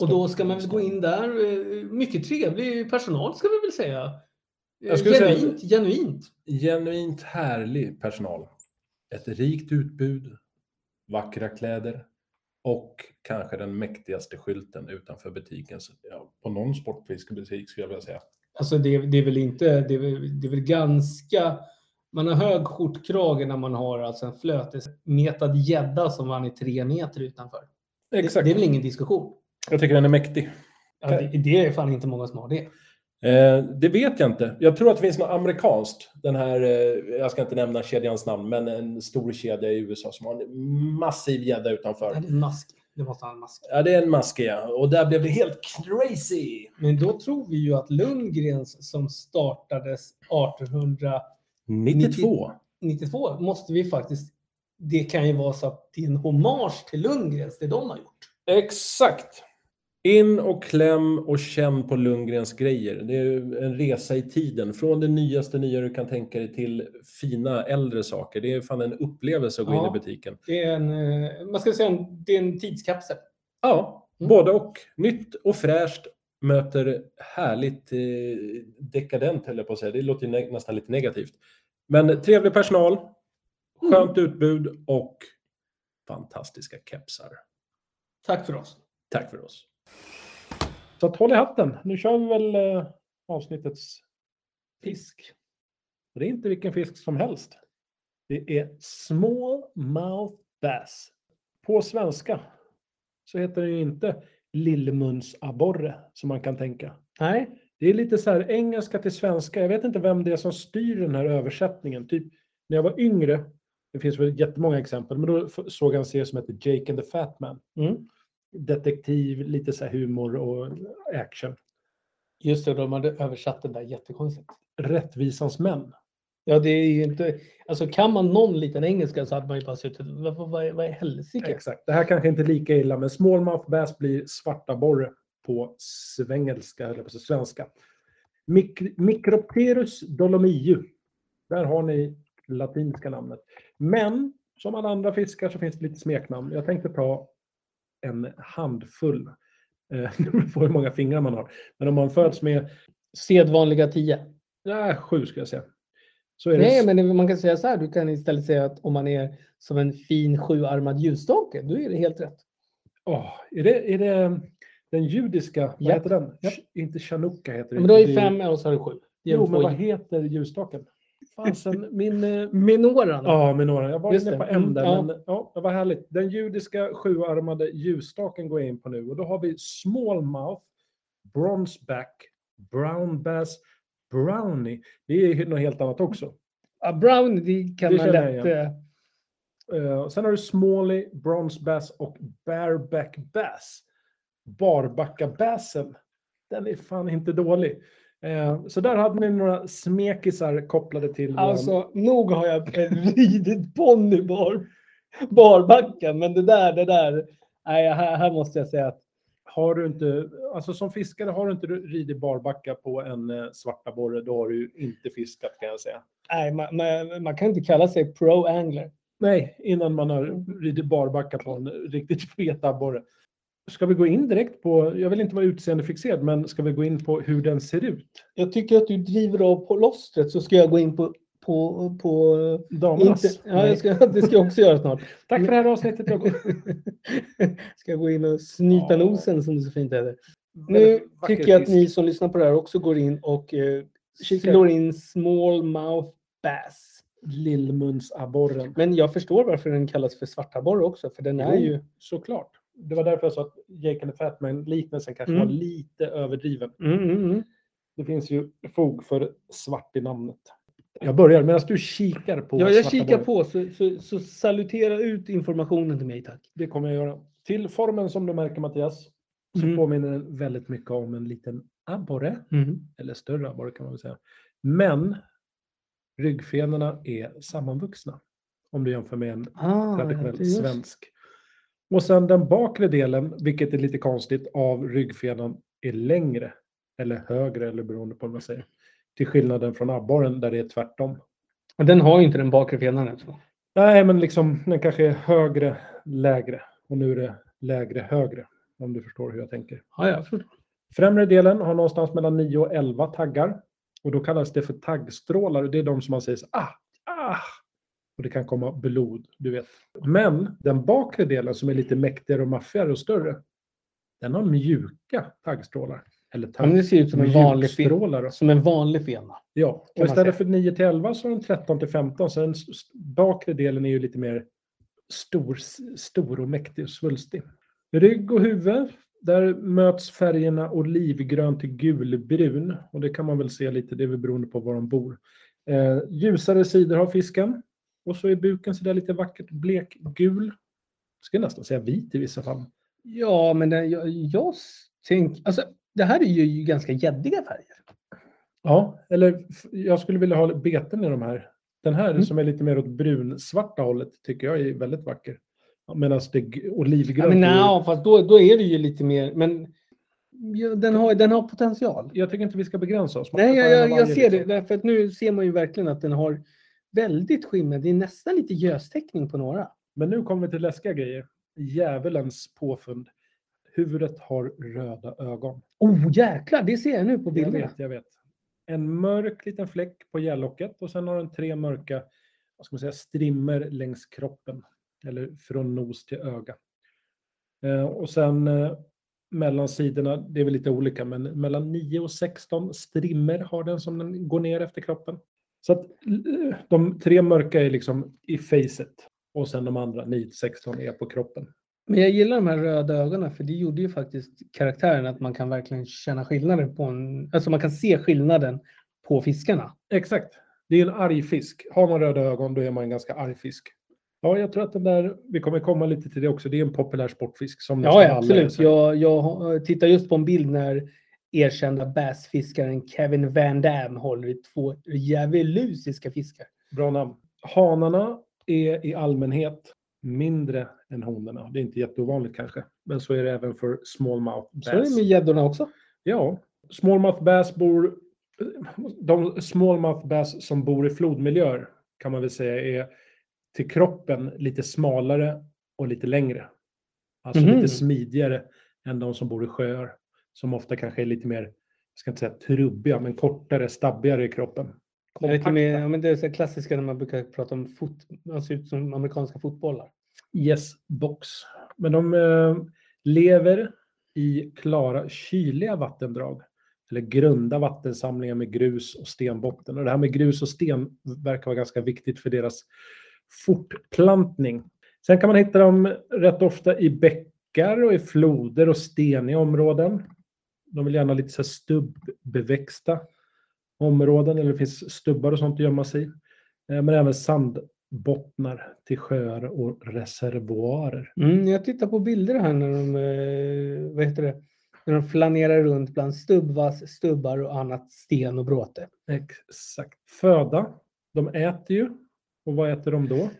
S2: Och då ska man väl gå in där. eh, Mycket trevlig personal ska vi väl säga. Eh,
S3: Jag skulle säga-
S2: genuint, genuint.
S3: Genuint härlig personal. Ett rikt utbud, vackra kläder och kanske den mäktigaste skylten utanför butiken. Så, ja, på någon sportfiskebutik skulle jag vilja säga.
S2: Alltså det, det är väl inte, det är väl, det är väl ganska, man har hög skjortkrage när man har alltså en flötesmetad gädda som vann i tre meter utanför. Det,
S3: Exakt.
S2: det är väl ingen diskussion.
S3: Jag tycker den är mäktig.
S2: Ja, det, det är fan inte många som har det.
S3: Eh, det vet jag inte. Jag tror att det finns något amerikanskt. Den här, eh, jag ska inte nämna kedjans namn, men en stor kedja i USA som har en massiv gädda utanför.
S2: Det är en mask. Det måste ha en mask.
S3: Ja, det är en maskiga. Och där blev det helt crazy.
S2: Men då tror vi ju att Lundgrens som startades 1892
S3: 92.
S2: måste vi faktiskt, det kan ju vara så att det är en hommage till Lundgrens, det de har gjort.
S3: Exakt. In och kläm och känn på Lundgrens grejer. Det är ju en resa i tiden. Från det nyaste nya du kan tänka dig till fina äldre saker. Det är fan en upplevelse att gå
S2: Ja.
S3: in i butiken.
S2: Det är en, eh, man ska säga, en- det är en tidskapsel.
S3: Ja,
S2: Mm.
S3: både och. Nytt och fräscht möter härligt eh, dekadent, höll jag på att säga. Det låter ju nä- nästan lite negativt. Men trevlig personal,
S2: Mm.
S3: skönt utbud och fantastiska kepsar.
S2: Tack för oss.
S3: Tack för oss. Så att håll i hatten. Nu kör vi väl eh, avsnittets...
S2: Fisk.
S3: och Det är inte vilken fisk som helst. Det är small mouth bass. På svenska så heter den ju inte lillmunsabborre som man kan tänka.
S2: Nej,
S3: Det är lite så här engelska till svenska. Jag vet inte vem det är som styr den här översättningen. Typ när jag var yngre, det finns väl jättemånga exempel, men då f- såg jag en serie som hette Jake and the Fat Man.
S2: Mm.
S3: Detektiv, lite så här humor och action.
S2: Just det, de hade översatt den där jättekonstigt.
S3: Rättvisans män.
S2: Ja, det är ju inte... Alltså kan man någon liten engelska så hade man ju bara suttit... Vad, vad, vad, vad i helsike?
S3: Exakt. Det här kanske inte är lika illa, men smallmouth bass blir svarta borre på svengelska, eller på svenska. Mik- Micropterus dolomiu. Där har ni latinska namnet. Men som alla andra fiskar så finns det lite smeknamn. Jag tänkte ta en handfull. Eh, Det beror på hur många fingrar man har. Men om man föds med
S2: Sedvanliga tio.
S3: nej, sju, ska jag säga. Så är
S2: Nej,
S3: det...
S2: men man kan säga så här. Du kan istället säga att om man är som en fin sjuarmad ljusstake, då är det helt rätt.
S3: Åh, är, det, är det den judiska? Vad
S2: Japp.
S3: heter den?
S2: Japp.
S3: Inte chanukka heter det.
S2: Men då är
S3: Det
S2: ju fem och så har du sju. Det är
S3: Jo,
S2: två
S3: men vad
S2: i.
S3: heter ljusstaken? Fasen, min... eh,
S2: Minoran.
S3: Ja, med några. Jag var
S2: Just
S3: inne på
S2: det.
S3: en där.
S2: Mm,
S3: Men, ja, det var härligt. Den judiska sjuarmade ljusstaken går jag in på nu. Och då har vi smallmouth, bronzeback, brown bass, brownie. Det är ju något helt annat också.
S2: Ja, Brown, det kan
S3: Det
S2: man
S3: känner
S2: lätt...
S3: jag igen.
S2: eh,
S3: Eh, och sen har du smallie, bronze bass och bareback bass. Barbackabassen. Den är fan inte dålig. Eh, så där hade ni några smekisar kopplade till våran-
S2: Alltså, nog har jag ridit ponny bar, barbacken, men det där, det där. Nej, här, här måste jag säga att
S3: har du inte, alltså som fiskare har du inte ridit barbacka på en eh, svartaborre, då har du ju inte fiskat kan jag säga.
S2: Nej, man, man, man kan inte kalla sig pro-angler.
S3: Nej, innan man har ridit barbacka på en riktigt fet abborre. Ska vi gå in direkt på, jag vill inte vara utseendefixerad, men ska vi gå in på hur den ser ut?
S2: Jag tycker att du driver av på lostret så ska jag gå in på... på, på
S3: Damernas?
S2: inte, ja, jag ska, det ska jag också göra snart.
S3: Tack för det här avsnittet Jakob.
S2: ska jag gå in och snyta
S3: Ja.
S2: nosen som det så fint heter. Nu
S3: Väldigt vacker
S2: tycker jag att
S3: fisk.
S2: ni som lyssnar på det här också går in och eh,
S3: Kika.
S2: slår in small mouth bass.
S3: Lillmunsabborren.
S2: Men jag förstår varför den kallas för svartabborre också, för den är
S3: Jo.
S2: ju...
S3: Såklart. Det var därför jag sa att Jake and the Fatman-liknelsen kanske
S2: Mm.
S3: var lite överdriven.
S2: Mm, mm, mm.
S3: Det finns ju fog för svart i namnet. Jag börjar medan du kikar på
S2: Ja, jag
S3: svarta
S2: kikar på,
S3: borren.
S2: så, så, så salutera ut informationen till mig tack.
S3: Det kommer jag göra. Till formen som du märker Mattias, så
S2: Mm.
S3: påminner den väldigt mycket om en liten abborre.
S2: Mm.
S3: Eller större abborre kan man väl säga. Men ryggfenorna är sammanvuxna. Om du jämför med en
S2: Ah,
S3: traditionell
S2: just.
S3: svensk. Och sen den bakre delen, vilket är lite konstigt, av ryggfenan är längre eller högre eller beroende på vad man säger. Till skillnaden från abborren där det är tvärtom.
S2: Och Den har ju inte den bakre fenan alltså.
S3: Nej, men liksom den kanske är högre, lägre och nu är det lägre, högre. Om du förstår hur jag tänker.
S2: Ja, jag förstår.
S3: Främre delen har någonstans mellan 9 och 11 taggar. Och då kallas det för taggstrålar. Och det är de som man säger så, ah, ah. Och det kan komma blod, du vet. Men den bakre delen som är lite mäktigare och maffigare och större. Den har mjuka taggstrålar. Eller
S2: Ja, men
S3: tagg,
S2: det ser ut som en vanlig fena.
S3: mjukstrålar. då.
S2: Som en vanlig fena.
S3: Ja,
S2: man
S3: och istället
S2: säga.
S3: för 9 till 11 så är den 13 till 15. Så den s- s- bakre delen är ju lite mer stor, s- stor och mäktig och svulstig. Rygg och huvud, där möts färgerna olivgrön till gulbrun. Och det kan man väl se lite, det är väl beroende på var de bor. Eh, ljusare sidor har fisken. Och så är buken sådär lite vackert blekgul. Jag skulle nästan säga vit i vissa fall.
S2: Ja, men den, jag, jag tänker... Alltså, det här är ju ganska gäddiga färger.
S3: Ja, eller f- jag skulle vilja ha beten i de här. Den här
S2: Mm.
S3: som är lite mer åt brunsvarta hållet tycker jag är väldigt vacker. Medan det g-
S2: Ja,
S3: olivgrönt.
S2: men
S3: är ju-
S2: nej, fast då, då är det ju lite mer... Men ja, den, har, den har potential.
S3: Jag tycker inte vi ska begränsa oss. Man
S2: Nej,
S3: kan
S2: jag,
S3: ta en
S2: jag,
S3: av
S2: jag
S3: varje,
S2: ser det.
S3: liksom.
S2: Därför att nu ser man ju verkligen att den har väldigt skimmer. Det är nästan lite göstäckning på några.
S3: Men nu kommer vi till läskiga grejer. Djävulens påfund. Huvudet har röda ögon.
S2: Oh jäklar, det ser jag nu på
S3: Jag
S2: bilderna.
S3: vet, jag vet. En mörk liten fläck på gällocket och sen har den tre mörka vad ska man säga, strimmer längs kroppen. Eller från nos till öga. Eh, och sen eh, mellan sidorna, det är väl lite olika, men mellan 9 och 16 strimmer har den som den går ner efter kroppen. Så att eh, de tre mörka är liksom i facet och sen de andra 9 till 16 är på kroppen.
S2: Men jag gillar de här röda ögonen för det gjorde ju faktiskt karaktären att man kan verkligen känna skillnaden på en... Alltså man kan se skillnaden på fiskarna.
S3: Exakt. Det är en arg fisk. Har man röda ögon då är man en ganska arg fisk. Ja, jag tror att den där, vi kommer komma lite till det också, det är en populär sportfisk som
S2: Ja, ja absolut. Jag, jag har- tittar just på en bild när erkända bassfiskaren Kevin Van Damme håller i två djävulusiska fiskar.
S3: Bra namn. Hanarna är i allmänhet mindre än honorna. Det är inte jätteovanligt kanske, men så är det även för smallmouth
S2: Så är det
S3: bass.
S2: med gäddorna också.
S3: Ja, smallmouth bass bor, de smallmouth bass som bor i flodmiljöer kan man väl säga är till kroppen lite smalare och lite längre. Alltså
S2: Mhm.
S3: lite smidigare än de som bor i sjöar som ofta kanske är lite mer, jag ska inte säga trubbiga, men kortare, stabbigare i kroppen.
S2: Jag vet inte, men-
S3: Kompakta.
S2: ja, men det är så här klassiska när man brukar prata om fot, man ser ut som amerikanska fotbollar.
S3: Yes, box. Men de eh, lever i klara, kyliga vattendrag. Eller grunda vattensamlingar med grus och stenbotten. Och det här med grus och sten verkar vara ganska viktigt för deras fortplantning. Sen kan man hitta dem rätt ofta i bäckar och i floder och steniga områden. De vill gärna lite så här stubbbeväxta områden eller det finns stubbar och sånt att gömma sig i. Eh, Men även sandbottnar till sjöar och reservoarer.
S2: Mm, jag tittar på bilder här när de, eh, vad heter det? När de flanerar runt bland stubbvass, stubbar och annat sten och bråte.
S3: Exakt. Föda. De äter ju. Och vad äter de då?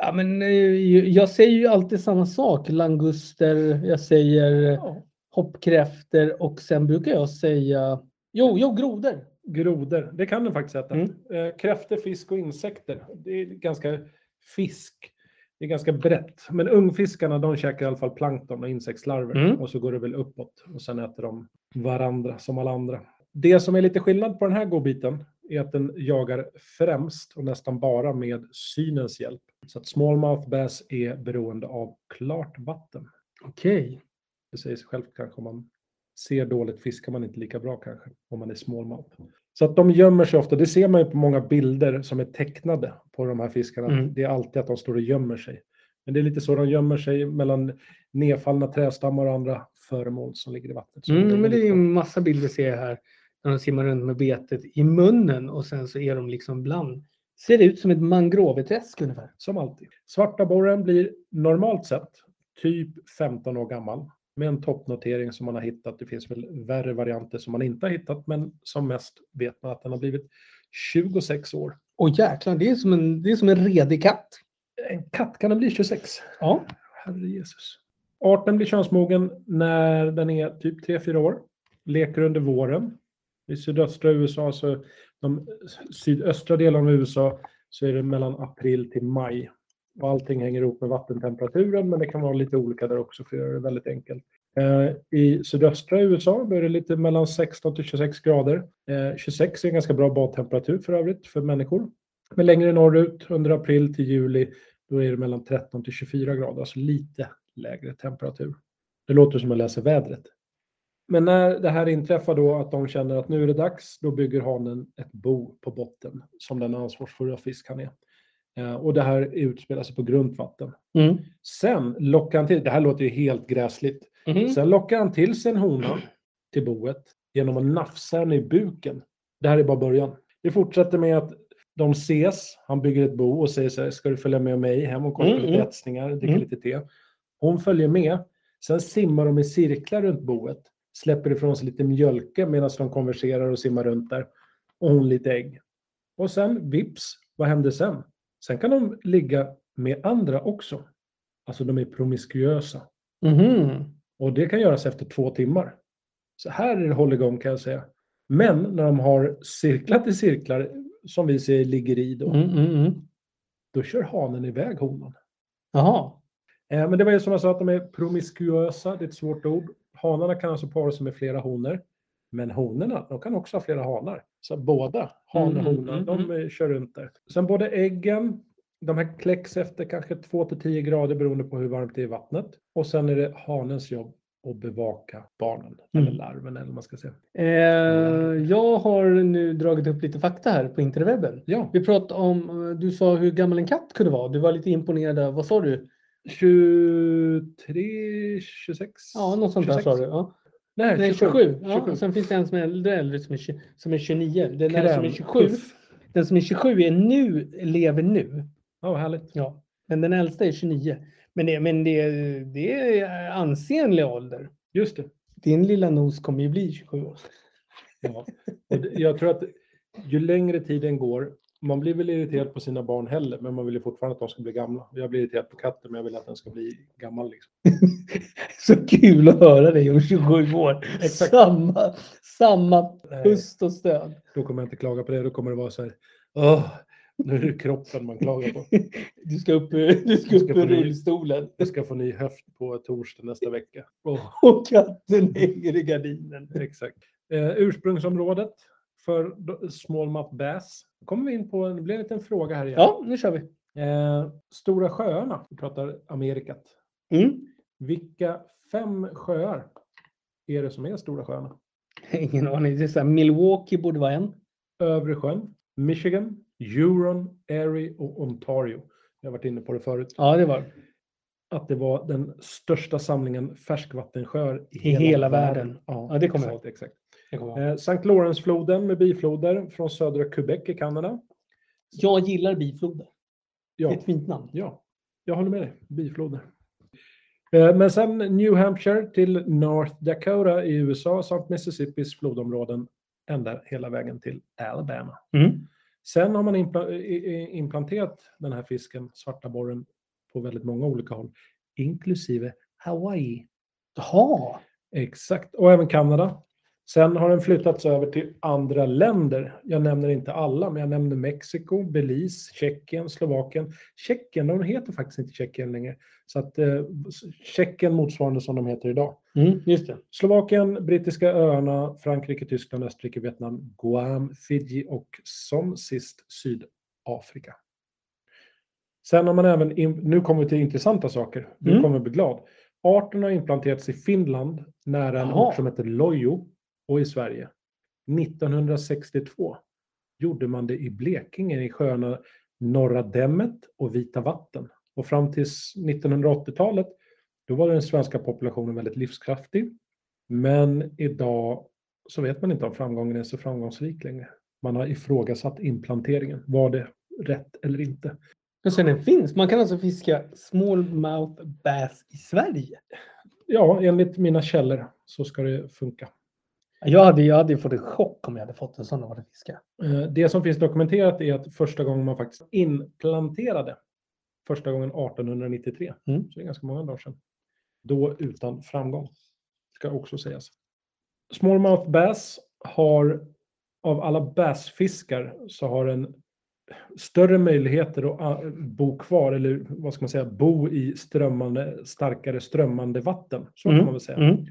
S2: Ja, men, eh, jag säger ju alltid samma sak. Languster, jag säger eh,
S3: Ja,
S2: hoppkräfter och sen brukar jag säga, jo, jo, grodor.
S3: Groder, det kan den faktiskt äta.
S2: Mm.
S3: Eh, kräftor, fisk och insekter. Det är ganska fisk. Det är ganska brett. Men ungfiskarna de käkar i alla fall plankton och insektslarver.
S2: Mm.
S3: Och så går det väl uppåt och sen äter de varandra som alla andra. Det som är lite skillnad på den här godbiten är att den jagar främst och nästan bara med synens hjälp. Så att smallmouth bass är beroende av klart vatten.
S2: Okej.
S3: Det säger sig självt kanske om man ser dåligt fiskar man inte lika bra kanske om man är smallmouth.
S2: Mm.
S3: Så att de gömmer sig ofta. Det ser man ju på många bilder som är tecknade på de här fiskarna. att
S2: Mm.
S3: Det är alltid att de står och gömmer sig. Men det är lite så de gömmer sig mellan nedfallna trädstammar och andra föremål som ligger i vattnet. Så de
S2: Mm,
S3: är
S2: men det är ju
S3: lite-
S2: en massa bilder ser jag här. När de simmar runt med betet i munnen och sen så är de liksom bland. Ser ut som ett mangroveträsk ungefär.
S3: Som alltid. Svarta borren blir normalt sett typ 15 år gammal med en toppnotering som man har hittat. Det finns väl värre varianter som man inte har hittat, men som mest vet man att den har blivit 26 år.
S2: Åh jäklar, det är som en, det är som en redig katt.
S3: En katt kan den bli 26.
S2: Ja.
S3: Herre Jesus. Arten blir könsmogen när den är typ 3-4 år. Leker under våren. I sydöstra USA, så de sydöstra delarna av USA, så är det mellan april till maj. Och allting hänger ihop med vattentemperaturen, men det kan vara lite olika där också för att göra det väldigt enkelt. Eh, I sydöstra USA då är det lite mellan 16 till 26 grader. Eh, 26 är en ganska bra badtemperatur för övrigt för människor. Men längre norrut, under april till juli, då är det mellan 13 till 24 grader, alltså lite lägre temperatur. Det låter som att läsa vädret. Men när det här inträffar då att de känner att nu är det dags, då bygger hanen ett bo på botten som den ansvarsfulla fisk han är. Eh, Och det här utspelar sig på grunt vatten.
S2: Mm.
S3: Sen lockar han till, det här låter ju helt gräsligt,
S2: Mhm.
S3: sen lockar han till sig en hona till boet genom att nafsa henne i buken. Det här är bara början. Det fortsätter med att de ses, han bygger ett bo och säger så här, ska du följa med mig hem och kolla
S2: Mm,
S3: lite
S2: mm.
S3: ätsningar, dricka
S2: Mm.
S3: lite te. Hon följer med, sen simmar de i cirklar runt boet, släpper ifrån sig lite mjölke medan de konverserar och simmar runt där. Och hon lite ägg. Och sen, vips, vad händer sen? Sen kan de ligga med andra också. Alltså de är promiskuösa.
S2: Mhm.
S3: Och det kan göras efter två timmar. Så här är det hålligång kan jag säga. Men när de har cirklat i cirklar, som vi ser ligger i då,
S2: Mm, mm, mm.
S3: då kör hanen iväg honan.
S2: Jaha.
S3: Eh, men det var ju som jag sa att de är promiskuösa, det är ett svårt ord. Hanarna kan alltså para sig med flera honor. Men honorna, de kan också ha flera hanar. Så båda, han och
S2: Mm,
S3: hona,
S2: mm,
S3: de eh, kör runt där. Sen både äggen, de här kläcks efter kanske 2-10 grader beroende på hur varmt det är i vattnet. Och sen är det hanens jobb att bevaka barnen, eller
S2: Mm.
S3: larven eller vad man ska säga.
S2: Eh, jag har nu dragit upp lite fakta här på interwebben.
S3: Ja,
S2: Vi pratade om, eh, du sa hur gammal en katt kunde vara. Du var lite imponerad. där. Vad sa du?
S3: 23, 26?
S2: Ja, något sånt där sa du. Ja.
S3: Nej,
S2: Nej,
S3: 27.
S2: 27. Ja,
S3: 27.
S2: och sen finns det en som är äldre, äldre som, är, tju- som är 29. Den där som är
S3: Kräm,
S2: 27,
S3: puff.
S2: den som är 27 är nu, lever nu.
S3: Ja, vad härligt.
S2: Ja. Men den äldsta är 29. Men det, men det, det är ansenlig ålder.
S3: Just det.
S2: Din lilla nos kommer ju bli 27 år.
S3: Ja. Och det- jag tror att ju längre tiden går, man blir väl irriterad på sina barn heller, men man vill ju fortfarande att de ska bli gamla. Jag blir irriterad på katten, men jag vill att den ska bli gammal. Liksom.
S2: Så kul att höra dig om 27 år.
S3: Exakt.
S2: Samma, samma
S3: Nej,
S2: pust och stöd.
S3: då kommer jag inte klaga på det, då kommer det vara så här, Åh, nu är det kroppen man klagar på.
S2: Du ska upp, eh, du ska
S3: Jag
S2: upp
S3: ska
S2: ur
S3: få ny-
S2: rullstolen
S3: Jag ska få ny höft på torsdag nästa vecka. Åh,
S2: och katten hänger i gardinen.
S3: exakt. Eh, ursprungsområdet för d- Small Map Bass. Då kommer vi in på en, det blir en liten fråga här igen.
S2: Ja, nu kör vi.
S3: Eh, Stora sjöarna, vi pratar Amerikat.
S2: Mm.
S3: Vilka fem sjöar är det som är Stora sjöarna?
S2: Ingen aning. Det är så här, Milwaukee borde vara en.
S3: Övre sjön, Michigan, Huron, Erie och Ontario. Jag har varit inne på det förut.
S2: Ja, det var
S3: Att det var den största samlingen färskvattensjöar i
S2: hela världen.
S3: Ja,
S2: Ja, det kommer jag
S3: exakt, exakt.
S2: det.
S3: Eh, Sankt Lawrencefloden med bifloder från södra Quebec i Kanada.
S2: Jag gillar bifloder. Det
S3: Ja,
S2: är ett fint namn.
S3: ja, jag håller med dig. Bifloder. Eh, Men sen New Hampshire till North Dakota i USA samt Mississippis flodområden ända hela vägen till Alabama. Sen har man impla- i- i- implanterat den här fisken, svarta borren, på väldigt många olika håll, inklusive Hawaii.
S2: Jaha,
S3: Exakt, och även Kanada. Sen har den flyttats över till andra länder. Jag nämner inte alla, men jag nämner Mexiko, Belize, Tjeckien, Slovakien. Tjeckien, de heter faktiskt inte Tjeckien längre. Så att eh, Tjeckien motsvarande som de heter idag.
S2: Mm, just det.
S3: Slovakien, Brittiska öarna, Frankrike, Tyskland, Österrike, Vietnam, Guam, Fiji och som sist Sydafrika. Sen har man även, in- nu kommer vi till intressanta saker, du
S2: Mm.
S3: kommer bli glad. Arten har implanterats i Finland nära en
S2: Jaha.
S3: ort som heter Lojo och i Sverige. 1962 gjorde man det i Blekinge i sjöarna Norra Dämmet och Vita Vatten. Och fram till 1980-talet då var den svenska populationen väldigt livskraftig. Men idag så vet man inte om framgången är så framgångsrik längre. Man har ifrågasatt implanteringen. Var det rätt eller inte?
S2: Men sen den finns. Man kan alltså fiska smallmouth bass i Sverige.
S3: Ja, enligt mina källor så ska det funka.
S2: Jag hade, jag hade ju fått en chock om jag hade fått en sån av att fiska.
S3: Eh, Det som finns dokumenterat är att första gången man faktiskt implanterade, första gången 1893,
S2: Mm.
S3: så det är ganska många dagar sedan, då utan framgång, ska också sägas. Smallmouth bass har, av alla bassfiskar, så har den större möjligheter att ah, bo kvar, eller vad ska man säga, bo i strömmande, starkare strömmande vatten. Så kan man väl säga.
S2: Mm.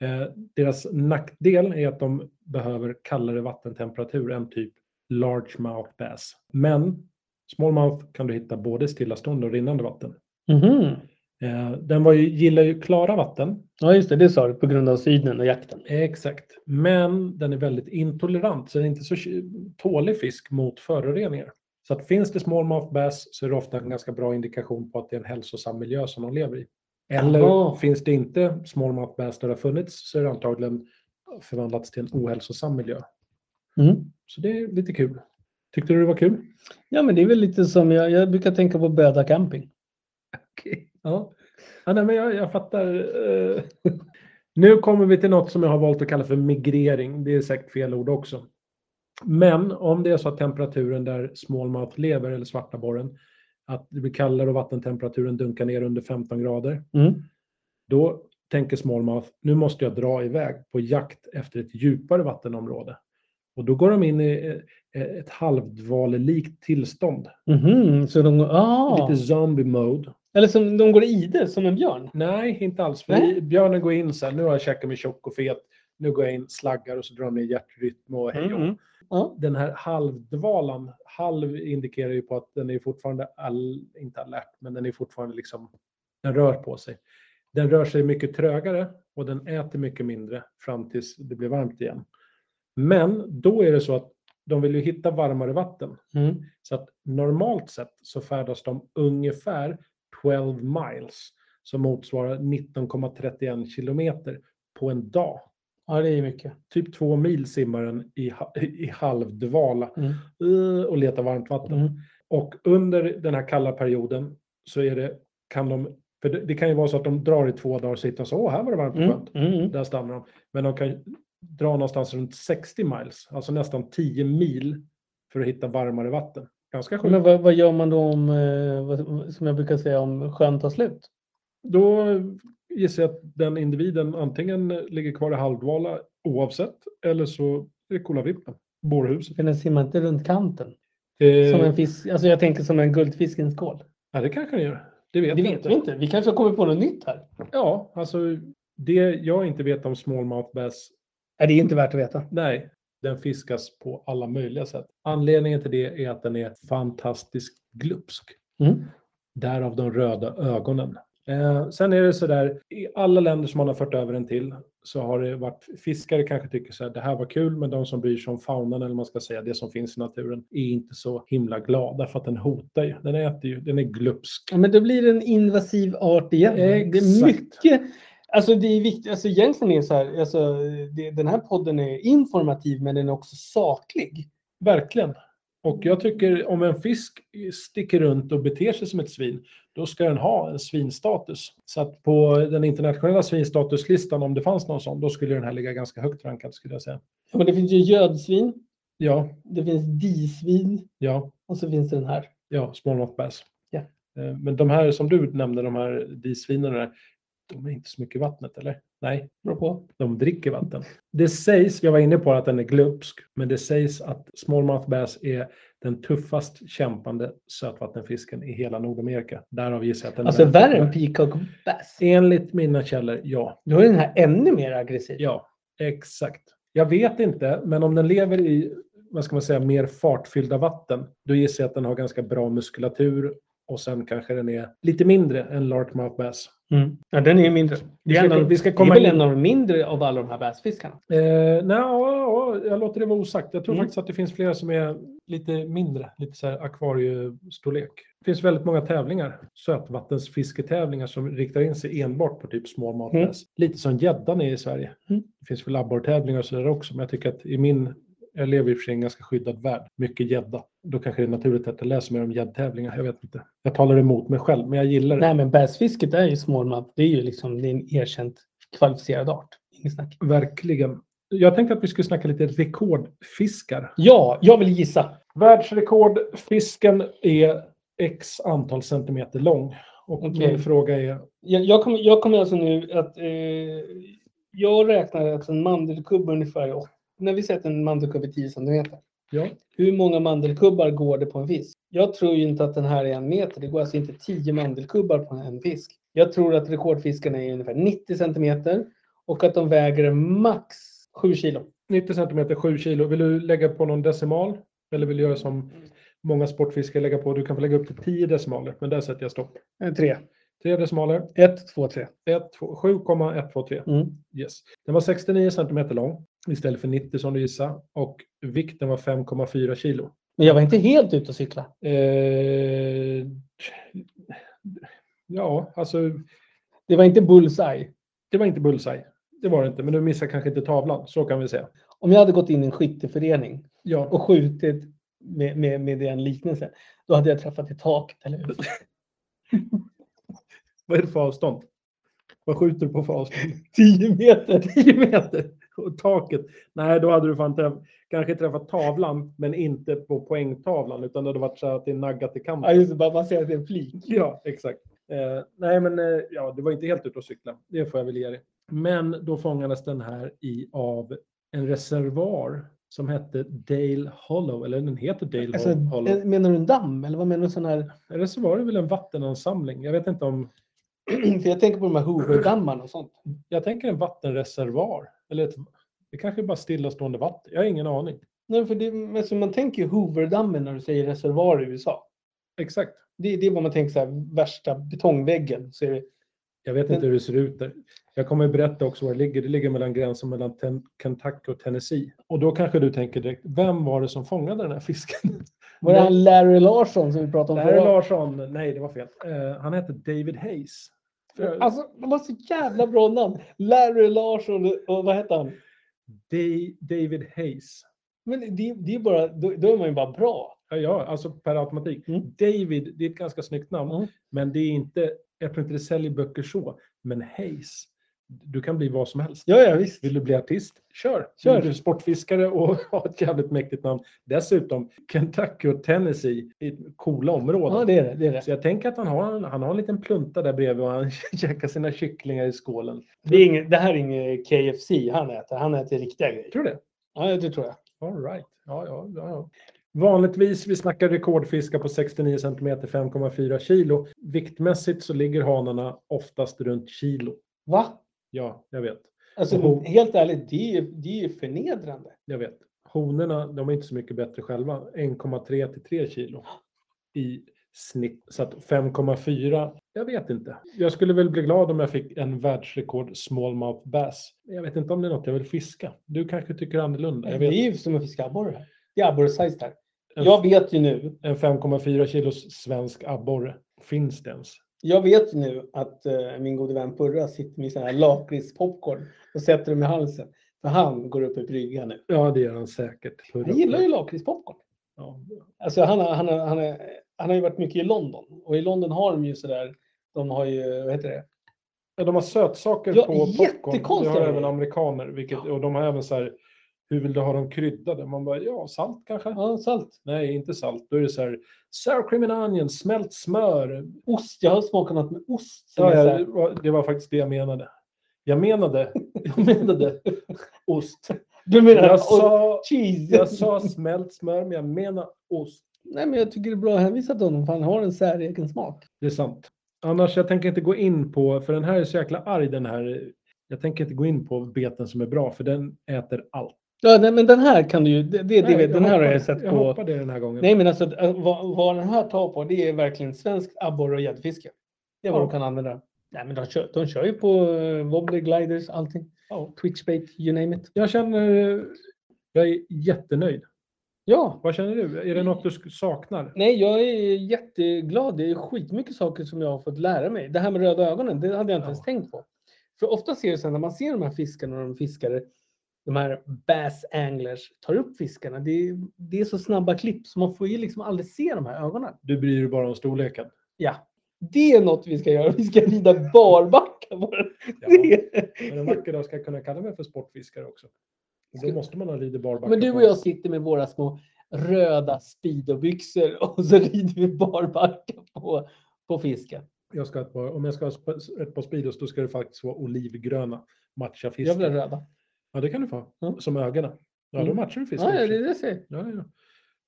S3: Eh, deras nackdel är att de behöver kallare vattentemperatur än typ large mouth bass. Men smallmouth kan du hitta både i stillastående och rinnande vatten.
S2: Mhm.
S3: Eh, den var ju, gillar ju klara vatten.
S2: Ja, just det. Det sa du på grund av synen och jakten.
S3: Exakt. Men den är väldigt intolerant, så den är inte så ki- tålig fisk mot föroreningar. Så att finns det smallmouth bass så är det ofta en ganska bra indikation på att det är en hälsosam miljö som de lever i. Eller
S2: Jaha.
S3: finns det inte smallmouth bass där det har funnits så är det antagligen förvandlats till en ohälsosam miljö.
S2: Mm.
S3: Så det är lite kul. Tyckte du det var kul?
S2: Ja, men det är väl lite som jag, jag brukar tänka på Böda camping.
S3: Ja. ja nej, men jag, jag fattar. eh. Nu kommer vi till något som jag har valt att kalla för migrering. Det är säkert fel ord också. Men om det är så att temperaturen där smallmouth lever, eller svarta borren, att det blir kallare och vattentemperaturen dunkar ner under 15 grader,
S2: Mm.
S3: då tänker smallmouth, nu måste jag dra iväg på jakt efter ett djupare vattenområde. Och då går de in i eh, ett halvdvalelikt tillstånd,
S2: Mhm, Så de går... Ah.
S3: lite zombie mode.
S2: Eller som de går i ide, som en björn.
S3: Nej, inte alls. För
S2: Nej.
S3: Björnen går in så här, nu har jag käkat mig tjock och fet, nu går jag in, slaggar och så drar de ner hjärtrytm och hej och
S2: Mm.
S3: hå.
S2: Ja.
S3: Den här halvdvalan, halv indikerar ju på att den är fortfarande, all, inte alert, men den är fortfarande liksom, den rör på sig. Den rör sig mycket trögare och den äter mycket mindre fram tills det blir varmt igen. Men då är det så att de vill ju hitta varmare vatten.
S2: Mm.
S3: Så att normalt sett så färdas de ungefär 12 miles som motsvarar 19,31 kilometer på en dag.
S2: ja, det är mycket.
S3: Typ två mil simmar den i, ha- i halvdvala
S2: Mm.
S3: eh, och letar varmt vatten.
S2: Mm.
S3: Och under den här kalla perioden så är det, kan de, för det, det kan ju vara så att de drar i två dagar och sitter och så, åh här var det varmt och
S2: Mm.
S3: skönt.
S2: Mm.
S3: Där stannar de. Men de kan dra någonstans runt 60 miles, alltså nästan 10 mil för att hitta varmare vatten. Ganska sjukt.
S2: Men vad, vad gör man då om, eh, vad, som jag brukar säga, om sjön tar slut?
S3: Då gissar jag att den individen antingen ligger kvar i halvdvala oavsett eller så är det kolavippen, bårhuset.
S2: För den simmar inte runt kanten.
S3: Eh,
S2: Som en fisk, alltså jag tänker som en guldfisk i en skål.
S3: Ja, det kanske den gör. Det vet
S2: Det
S3: jag
S2: vet vi inte. Vi kanske har kommit på något nytt här.
S3: Ja, alltså det jag inte vet om smallmouth bass,
S2: Nej, det är inte värt att veta.
S3: nej, den fiskas på alla möjliga sätt. Anledningen till det är att den är fantastiskt glupsk.
S2: Mm.
S3: Därav de röda ögonen. Eh, sen är det så där, i alla länder som man har fört över den till så har det varit, fiskare kanske tycker så här, det här var kul, men de som bryr sig om faunan eller vad man ska säga, det som finns i naturen, är inte så himla glada för att den hotar ju. Den äter ju, den är glupsk.
S2: Ja, men då blir det en invasiv art igen. Det är
S3: Exakt.
S2: mycket. Alltså det är viktigt. Alltså egentligen är det så här. Alltså, det, den här podden är informativ men den är också saklig.
S3: Verkligen. Och jag tycker om en fisk sticker runt och beter sig som ett svin, då ska den ha en svinstatus. Så att på den internationella svinstatuslistan, om det fanns någon sån, då skulle den här ligga ganska högt rankad skulle jag säga.
S2: Ja, men det finns ju gödsvin.
S3: Ja,
S2: Det finns disvin.
S3: ja.
S2: Och så finns det den här.
S3: Ja, smallmouth bass.
S2: Ja.
S3: Eh, Men de här som du nämnde, de här disvinen, och det där, de är inte så mycket i vattnet, eller? Nej,
S2: Beror på.
S3: de dricker vatten. Det sägs, jag var inne på att den är glupsk, men det sägs att smallmouth bass är den tuffast kämpande sötvattenfisken i hela Nordamerika. Därav gissar jag att den
S2: Alltså
S3: är
S2: värre än peacock bass.
S3: Enligt mina källor, ja.
S2: Då är den här ännu mer aggressiv.
S3: Ja, exakt. Jag vet inte, men om den lever i vad ska man säga, mer fartfyllda vatten, då gissar jag att den har ganska bra muskulatur och sen kanske den är lite mindre än largemouth bass.
S2: Mm. ja den är ju mindre. Det är,
S3: Vi
S2: en
S3: ska-
S2: av,
S3: vi ska
S2: det är
S3: komma
S2: väl
S3: in-
S2: en av de mindre av alla de här bassfiskarna.
S3: Eh, nej, ja, ja, jag låter det vara osagt. Jag tror
S2: Mm.
S3: faktiskt att det finns flera som är lite mindre, lite så här akvariestorlek. Det finns väldigt många tävlingar, sötvattensfisketävlingar som riktar in sig enbart på typ små matläs. Lite som gäddan är i Sverige.
S2: Mm.
S3: Det finns väl abborrtävlingar och sådär också, men jag tycker att i min jag lever i och för sig i en ganska skyddad värld. Mycket gädda. Då kanske det är naturligt att jag läser mer om gäddtävlingar. Jag vet inte. Jag talar emot mig själv, men jag gillar det.
S2: Nej, men bassfisket är ju smallmouth. Det är ju liksom det är en erkänt kvalificerad art. Inget snack.
S3: Verkligen. Jag tänkte att vi skulle snacka lite rekordfiskar.
S2: Ja, jag vill gissa.
S3: Världsrekordfisken är x antal centimeter lång. Och
S2: Okej.
S3: min fråga är,
S2: Jag, jag, kommer, jag kommer alltså nu att... Eh, jag räknar att en mandelkubb ungefär... är åt- När vi säger att en mandelkubb är 10 centimeter.
S3: ja,
S2: Hur många mandelkubbar går det på en fisk? Jag tror ju inte att den här är en meter. Det går alltså inte 10 mandelkubbar på en fisk. Jag tror att rekordfiskarna är ungefär 90 centimeter och att de väger max 7 kilo.
S3: 90 centimeter, 7 kilo. Vill du lägga på någon decimal? Eller vill du göra som många sportfiskare lägger på? Du kan få lägga upp till 10 decimaler, men där sätter jag stopp.
S2: 3.
S3: Tre decimaler,
S2: 1, 2, 3.
S3: 1, 2, 7,123.
S2: Mm.
S3: Yes. Den var 69 centimeter lång istället för 90 som du gissade. Och vikten var 5,4 kilo.
S2: Men jag var inte helt ute och cykla.
S3: Eh, ja, alltså
S2: Det var inte bullseye.
S3: Det var inte bullseye. Det var det inte, men du missar kanske inte tavlan. Så kan vi säga.
S2: Om jag hade gått in i en skytteförening
S3: Ja,
S2: och skjutit med, med, med den liknelsen, då hade jag träffat i taket. Eller hur?
S3: vad är det för avstånd? Vad skjuter du på för avstånd?
S2: 10 meter.
S3: 10 meter? Och taket? Nej, då hade du fan träff, kanske träffat tavlan, men inte på poängtavlan, utan det hade varit så här att det är naggat i
S2: Ja,
S3: kanten.
S2: just det. Bara man ser att det är en flik.
S3: Ja, exakt. Eh, nej, men eh, ja, det var inte helt ute och cykla. Det får jag väl ge dig. Men då fångades den här i av en reservoar som hette Dale Hollow, eller den heter Dale
S2: Alltså,
S3: Hollow.
S2: en- menar du en damm? Eller vad menar du? Sån här...
S3: En reservoar är väl en vattenansamling? Jag vet inte om
S2: För jag tänker på de här Hoover-dammarna och sånt.
S3: Jag tänker en vattenreservoar. Eller ett, det kanske är bara stillastående vatten. Jag har ingen aning.
S2: Nej, för det, alltså man tänker ju Hoover-dammen när du säger reservoar i USA.
S3: Exakt.
S2: Det, det är vad man tänker, så här, värsta betongväggen. Så är det,
S3: Jag vet
S2: Men-
S3: inte hur det ser ut där. Jag kommer att berätta också var det ligger. Det ligger mellan gränsen mellan Ten- Kentucky och Tennessee. Och då kanske du tänker direkt, vem var det som fångade den här fisken?
S2: var det han Larry Larsson som vi pratade
S3: det
S2: om
S3: här är
S2: förra
S3: Larsson. Nej, det var fel. Eh, han hette David Hayes.
S2: Alltså, de har så jävla bra namn. Larry Larsson och vad hette han?
S3: Da- David Hayes.
S2: Men det, det är bara, då, då är man ju bara bra.
S3: Ja, Ja, alltså per automatik.
S2: Mm.
S3: David, det är ett ganska snyggt namn.
S2: Mm.
S3: Men det är inte, jag tror inte det säljer böcker så. Men Hayes, du kan bli vad som helst.
S2: Ja, ja visst.
S3: Vill du bli artist? Kör!
S2: Kör.
S3: Vill du sportfiskare och ha ett jävligt mäktigt namn? Dessutom, Kentucky och Tennessee är coola områden.
S2: Ja, det är det. det, är det.
S3: Så jag tänker att han har, en- han har en liten plunta där bredvid och han käkar sina kycklingar i skålen.
S2: Det, är inget, det här är ingen KFC han äter. Han äter riktiga grejer.
S3: Tror du det?
S2: Ja, det tror jag.
S3: All right. Ja, ja, ja, ja. Vanligtvis, vi snackar rekordfiskar på 69 cm, 5,4 kilo. Viktmässigt så ligger hanarna oftast runt kilo.
S2: Va?
S3: Ja, jag vet.
S2: Alltså,
S3: Oh.
S2: helt ärligt, det är ju det är ju förnedrande.
S3: Jag vet. Honorna, de är inte så mycket bättre själva. 1,3 till 3 kilo i snitt. Så att 5,4, jag vet inte. Jag skulle väl bli glad om jag fick en världsrekord smallmouth bass. Men Jag vet inte om det är något jag vill fiska. Du kanske tycker annorlunda. Jag
S2: Det
S3: vet.
S2: är ju som att fiska abborre. här. Det är abborre-size där.
S3: En,
S2: Jag vet ju nu,
S3: en 5,4 kilos svensk abborre. Finns det ens?
S2: jag vet ju nu att eh, min gode vän Purra sitter med sån här lakritspopcorn och sätter dem i halsen. För han går upp i brygga nu.
S3: Ja, det gör han säkert.
S2: Han gillar ju lakritspopcorn.
S3: Ja.
S2: Alltså han, har- han, har- han, har- han har ju varit mycket i London. Och i London har de ju sådär, de har ju, vad heter det?
S3: Ja, de har sötsaker
S2: Ja,
S3: på popcorn. Det
S2: jättekonstiga
S3: har
S2: grejer.
S3: även amerikaner. Vilket, och de har även så här, hur vill du ha dem kryddade? Man bara, ja, salt kanske?
S2: Ja, salt.
S3: Nej, inte salt. Då är det så här, sour cream and onion, smält smör.
S2: Ost. Jag har smakat något med ost. Som
S3: Ja,
S2: är så
S3: ja, det
S2: här,
S3: var- det var faktiskt det jag menade. Jag menade,
S2: Jag menade ost. Du menar
S3: jag
S2: ost-
S3: sa,
S2: cheese?
S3: jag sa smält smör, men jag menar ost.
S2: Nej, men jag tycker det är bra hänvisat till honom för han har en säregen smak.
S3: Det är sant. Annars, jag tänker inte gå in på, för den här är så jäkla arg den här. Jag tänker inte gå in på beten som är bra, för den äter allt.
S2: Ja, nej, men den här kan du ju. Det, det, det,
S3: jag
S2: den här har
S3: hoppar-
S2: jag sett
S3: Jag
S2: på.
S3: hoppar det den här gången.
S2: Nej, men alltså äh, vad, vad den här tar på, det är verkligen svensk abborre och gäddfiske. Det är vad
S3: Ja.
S2: de kan använda. Nej, men de kör, de kör ju på eh, wobbler gliders, allting.
S3: Ja.
S2: Twitchbait, you name it.
S3: Jag känner, eh, jag är jättenöjd.
S2: Ja,
S3: Vad känner du? Är det något du sk- saknar?
S2: nej, jag är jätteglad. Det är skitmycket saker som jag har fått lära mig. Det här med röda ögonen, det hade jag inte
S3: Ja.
S2: ens tänkt på. För ofta ser det sen när man ser de här fiskarna och de fiskare, de här bass anglers tar upp fiskarna. Det, det är så snabba klipp så man får ju liksom aldrig se de här ögonen.
S3: Du bryr dig bara om storleken.
S2: Ja, det är något vi ska göra. Vi ska rida barbacka på den.
S3: Ja.
S2: Det-
S3: Men en vacker dag ska jag kunna kalla mig för sportfiskare också. Då
S2: Ska-
S3: måste man ha rider barbacka
S2: Men du
S3: på.
S2: och jag sitter med våra små röda speedobyxor och så rider vi barbacka på, på fisken.
S3: Jag ska ha ett par, om jag ska ha sp- ett par Speedos då ska det faktiskt vara olivgröna
S2: Jag vill ha
S3: matchafiskar.
S2: röda.
S3: Ja, det kan du få.
S2: Ja.
S3: Som ögonen. Ja, då
S2: Mm.
S3: matchar du fisken.
S2: Ja, ja, det
S3: också.
S2: är det jag säger.
S3: ja, ja.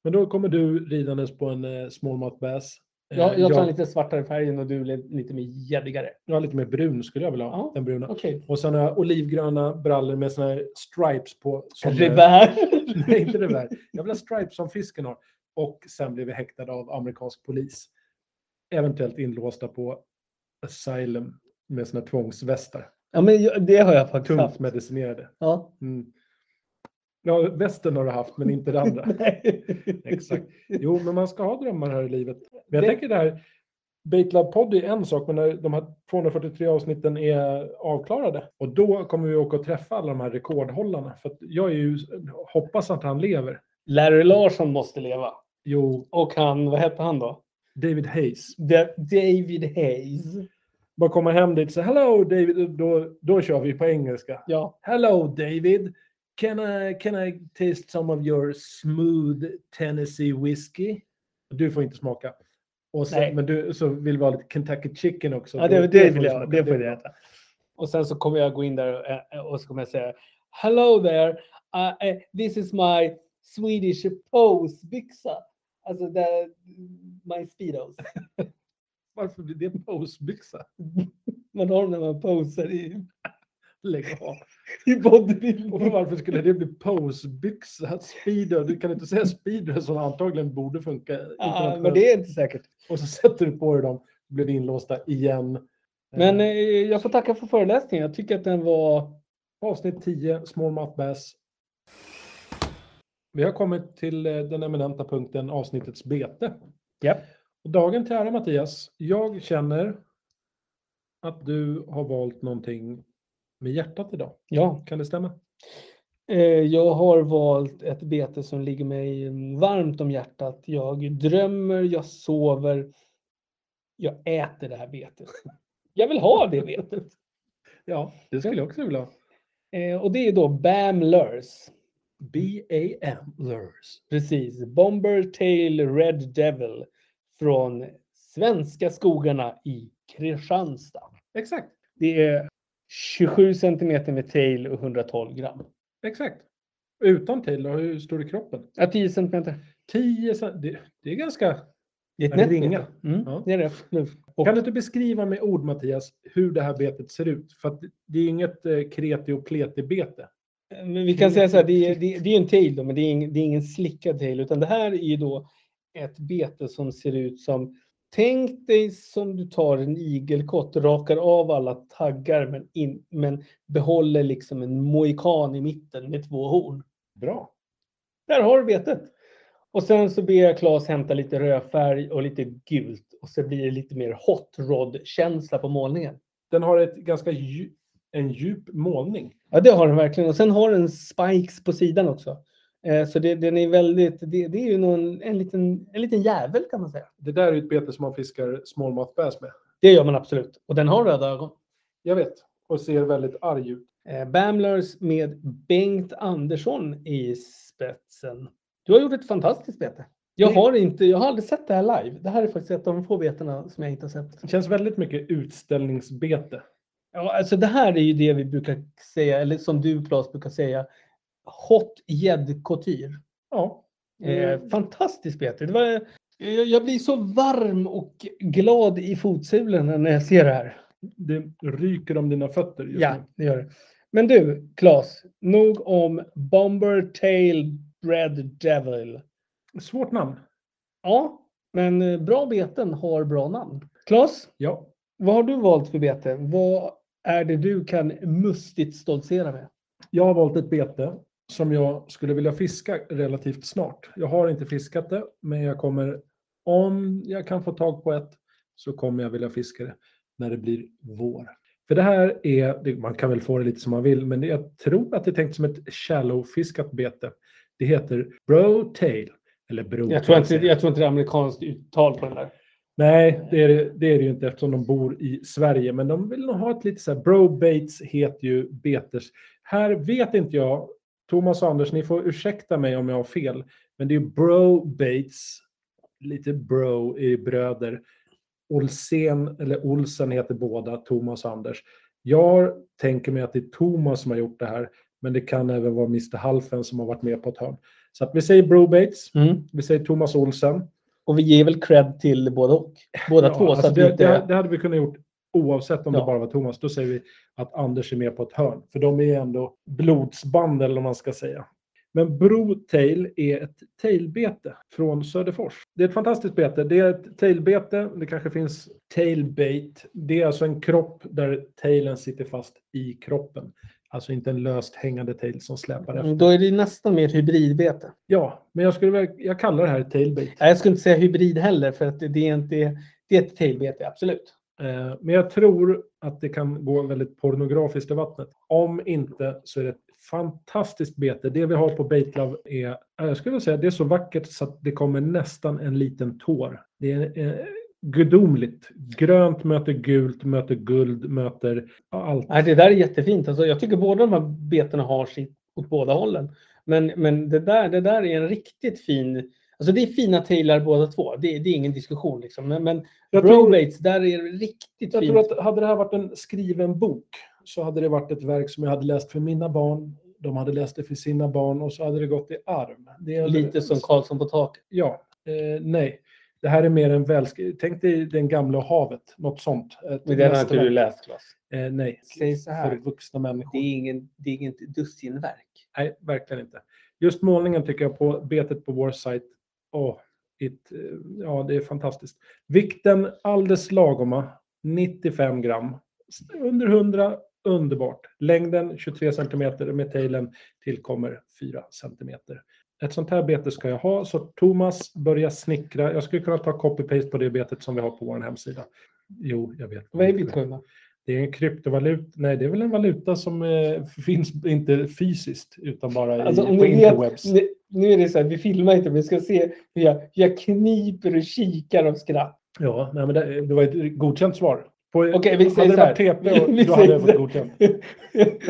S3: Men då kommer du ridandes på en eh, smallmouth bass. Eh,
S2: Jag, jag tar
S3: jag,
S2: lite svartare färgen och du li- lite mer gäddrigare.
S3: jag har lite mer brun skulle jag vilja ha.
S2: Ja.
S3: Den bruna.
S2: Okej.
S3: Och sen har jag olivgröna brallor med såna här stripes på. som, eh,
S2: Revär.
S3: Nej, inte revär. Jag vill ha stripes som fisken har. Och sen blev vi häktade av amerikansk polis. Eventuellt inlåsta på asylum med sina tvångsvästar.
S2: Ja, men jag- det har jag faktiskt
S3: Tungt
S2: haft.
S3: medicinerade.
S2: Ja.
S3: Mm. Ja, västen har du haft, men inte det andra.
S2: Nej.
S3: Exakt. Jo, men man ska ha drömmar här i livet. Men jag
S2: Det-
S3: tänker det här, Baitlab podd är en sak, men när de här 243 avsnitten är avklarade. Och då kommer vi åka och träffa alla de här rekordhållarna. För att jag är ju, hoppas att han lever.
S2: Larry Larsson måste leva.
S3: Jo,
S2: Och han, vad hette han då?
S3: David Hayes.
S2: Da- David Hayes.
S3: Bara komma hem dit och säga hello David, då, då kör vi på engelska.
S2: Ja.
S3: Hello David, can I, can I taste some of your smooth Tennessee whiskey? Du får inte smaka. Och
S2: Nej.
S3: sen, men du så vill vi ha lite Kentucky chicken också.
S2: Ja,
S3: Då-
S2: det, det
S3: får
S2: vill
S3: du
S2: jag.
S3: smaka.
S2: Det får
S3: är
S2: jag
S3: bra.
S2: äta. Och sen så kommer jag gå in där och- eh, och så kommer jag säga Hello there, uh, eh, this is my Swedish pose-byxa. Alltså the, my speedos.
S3: Varför blir det en posbyxa?
S2: Man har dem när man posar i,
S3: Lägg av.
S2: i
S3: Och
S2: bodybuilding.
S3: varför skulle det bli posbyxa? Speedo, du kan inte säga speedo som antagligen borde funka.
S2: Ja, men
S3: internationellt.
S2: det är inte säkert.
S3: Och så sätter du på dig dem, blir inlåsta igen.
S2: Men eh, jag får tacka för föreläsningen. Jag tycker att den var...
S3: Avsnitt 10, Small Mouth Bass. Vi har kommit till eh, den eminenta punkten avsnittets bete.
S2: Japp.
S3: Och dagen till ära Mattias, jag känner att du har valt någonting med hjärtat idag.
S2: Ja.
S3: Kan det stämma?
S2: Eh, Jag har valt ett bete som ligger mig mm, varmt om hjärtat. Jag drömmer, jag sover, jag äter det här betet. Jag vill ha det betet.
S3: Ja, det skulle jag också vilja ha.
S2: Eh, Och det är då BAMLers.
S3: B-A-M. Lurs.
S2: Precis. Bomber Tail Red Devil från svenska skogarna i Kristianstad.
S3: Exakt,
S2: Det är 27 centimeter med tail och 112 gram.
S3: exakt. Utan till, och hur stor är kroppen?
S2: Ja, 10 centimeter.
S3: 10 cent- det, det är ganska...
S2: Det är ett
S3: En
S2: nätt
S3: ringa.
S2: bete. Mm,
S3: Ja.
S2: Det är det. Nu. Och-
S3: Kan du inte beskriva med ord, Mattias, hur det här betet ser ut? För att det är inget eh, kreti och pleti-bete.
S2: Men vi kan säga så här, det är, det, är- det är en tail då, men det är, ing, det är ingen slickad tail, utan det här är ju då ett bete som ser ut som, tänk dig som du tar en igelkott, rakar av alla taggar men, in, men behåller liksom en mohikan i mitten med två horn.
S3: Bra.
S2: Där har du betet! Och sen så ber jag Claes hämta lite rödfärg och lite gult och så blir det lite mer hot rod-känsla på målningen.
S3: Den har ett ganska dju- en djup målning.
S2: Ja, det har den verkligen. Och sen har den spikes på sidan också. Eh, så det, den är väldigt, det, det är ju någon, en, liten, en liten jävel kan man säga.
S3: Det där är ett bete som man fiskar smallmouth bass med.
S2: Det gör man absolut. Och den har röda ögon.
S3: Jag vet. Och ser väldigt arg ut.
S2: Eh, Bamlers med Bengt Andersson i spetsen. Du har gjort ett fantastiskt bete. Jag
S3: Det-
S2: har, inte, jag har aldrig sett det här live. Det här är faktiskt ett av de få betena som jag inte har sett.
S3: Det känns väldigt mycket utställningsbete.
S2: Ja, alltså det här är ju det vi brukar säga, eller som du Claes brukar säga, Hot Jed Couture.
S3: Ja.
S2: Eh, fantastiskt Peter. Det var, jag, jag blir så varm och glad i fotsulorna när jag ser det här.
S3: Det ryker om dina fötter just
S2: Ja,
S3: nu.
S2: det gör det. Men du, Claes. Nog om Bomber Tail Bread Devil.
S3: Svårt namn.
S2: Ja, men eh, bra beten har bra namn. Claes,
S3: Ja.
S2: vad har du valt för bete? Vad är det du kan mustigt stoltsera med?
S3: Jag har valt ett bete som jag skulle vilja fiska relativt snart. Jag har inte fiskat det, men jag kommer, om jag kan få tag på ett, så kommer jag vilja fiska det när det blir vår. För det här är, det- man kan väl få det lite som man vill, men det- jag tror att det är tänkt som ett shallow-fiskat bete. Det heter brow tail, eller brow
S2: Jag tror inte, jag tror inte det är amerikanskt uttal på den där.
S3: Nej, det är det, det är det ju inte eftersom de bor i Sverige. Men de vill nog ha ett lite så här, brobates heter ju betes. Här vet inte jag, Thomas och Anders, ni får ursäkta mig om jag har fel. Men det är ju brobates, lite bro i bröder. Olsen, eller Olsen heter båda, Thomas och Anders. Jag tänker mig att det är Thomas som har gjort det här. Men det kan även vara Mr. Halfen som har varit med på ett hörn. Så att vi säger brobates,
S2: Mm.
S3: vi säger Thomas Olsen.
S2: Och vi ger väl cred till båda och. Båda
S3: Ja,
S2: två. så
S3: alltså
S2: att
S3: det,
S2: det, inte...
S3: det, det hade vi kunnat gjort oavsett om det
S2: Ja.
S3: bara var Thomas. Då säger vi att Anders är med på ett hörn. För de är ju ändå blodsband eller vad man ska säga. Men brotail är ett tailbete från Söderfors. Det är ett fantastiskt bete. Det är ett tailbete. Det kanske finns tailbait. Det är alltså en kropp där tailen sitter fast i kroppen. Alltså inte en löst hängande tail som släpar efter.
S2: Mm, Då är det nästan mer hybridbete.
S3: Ja, men jag, skulle, vilja- jag kallar det här ett tailbait.
S2: Nej, Jag skulle inte säga hybrid heller för att det, det är, inte, det är ett tailbete, absolut.
S3: Eh, Men jag tror att det kan gå väldigt pornografiskt i vattnet. Om inte så är det ett fantastiskt bete. Det vi har på Baitlove är, eh, jag skulle vilja säga, det är så vackert så att det kommer nästan en liten tår. Det är eh, gudomligt. Grönt möter gult, möter guld, möter ja, allt.
S2: Nej, det där är jättefint. Alltså, jag tycker båda de här betena har sitt åt båda hållen. Men, men det, där, det där är en riktigt fin... Alltså det är fina tailar båda två. Det, det är ingen diskussion. Liksom. Men, men
S3: Jag tror-
S2: Brobates, där är det riktigt
S3: Jag
S2: fint.
S3: tror att hade det här varit en skriven bok så hade det varit ett verk som jag hade läst för mina barn. De hade läst det för sina barn och så hade det gått i arv. Det är-
S2: Lite som Karlsson på taket.
S3: Ja, eh, nej. Det här är mer en välskriven... Tänk dig Den gamla och havet, något sånt. Ett
S2: Men den har inte
S3: mästerverk.
S2: du läst, Claes.
S3: Eh, nej,
S2: Säg så här.
S3: för vuxna människor.
S2: Det är ingen, det är inget dussinverk.
S3: Nej, verkligen inte. Just målningen tycker jag på betet på vår sajt. Åh, it, eh, ja, det är fantastiskt. Vikten alldeles lagoma, 95 gram. Under 100, underbart. Längden 23 centimeter med tailen tillkommer 4 centimeter. Ett sånt här bete ska jag ha, så Thomas börja snickra. Jag skulle kunna ta copy-paste på det betet som vi har på vår hemsida. Jo, jag vet.
S2: Vad är bitcoin då?
S3: Det är en kryptovaluta. Nej, det är väl en valuta som eh, finns inte fysiskt utan bara i,
S2: Alltså, om
S3: på
S2: ni vet,
S3: interwebs.
S2: nu, nu är det så här, vi filmar inte, men vi ska se hur jag, hur jag kniper och kikar av skratt.
S3: Ja, nej, men det, det var ett godkänt svar. På,
S2: Okej, vi säger
S3: hade det
S2: så här.
S3: varit TP och,
S2: Vi
S3: då hade
S2: säger
S3: jag fått
S2: så-
S3: godkänt.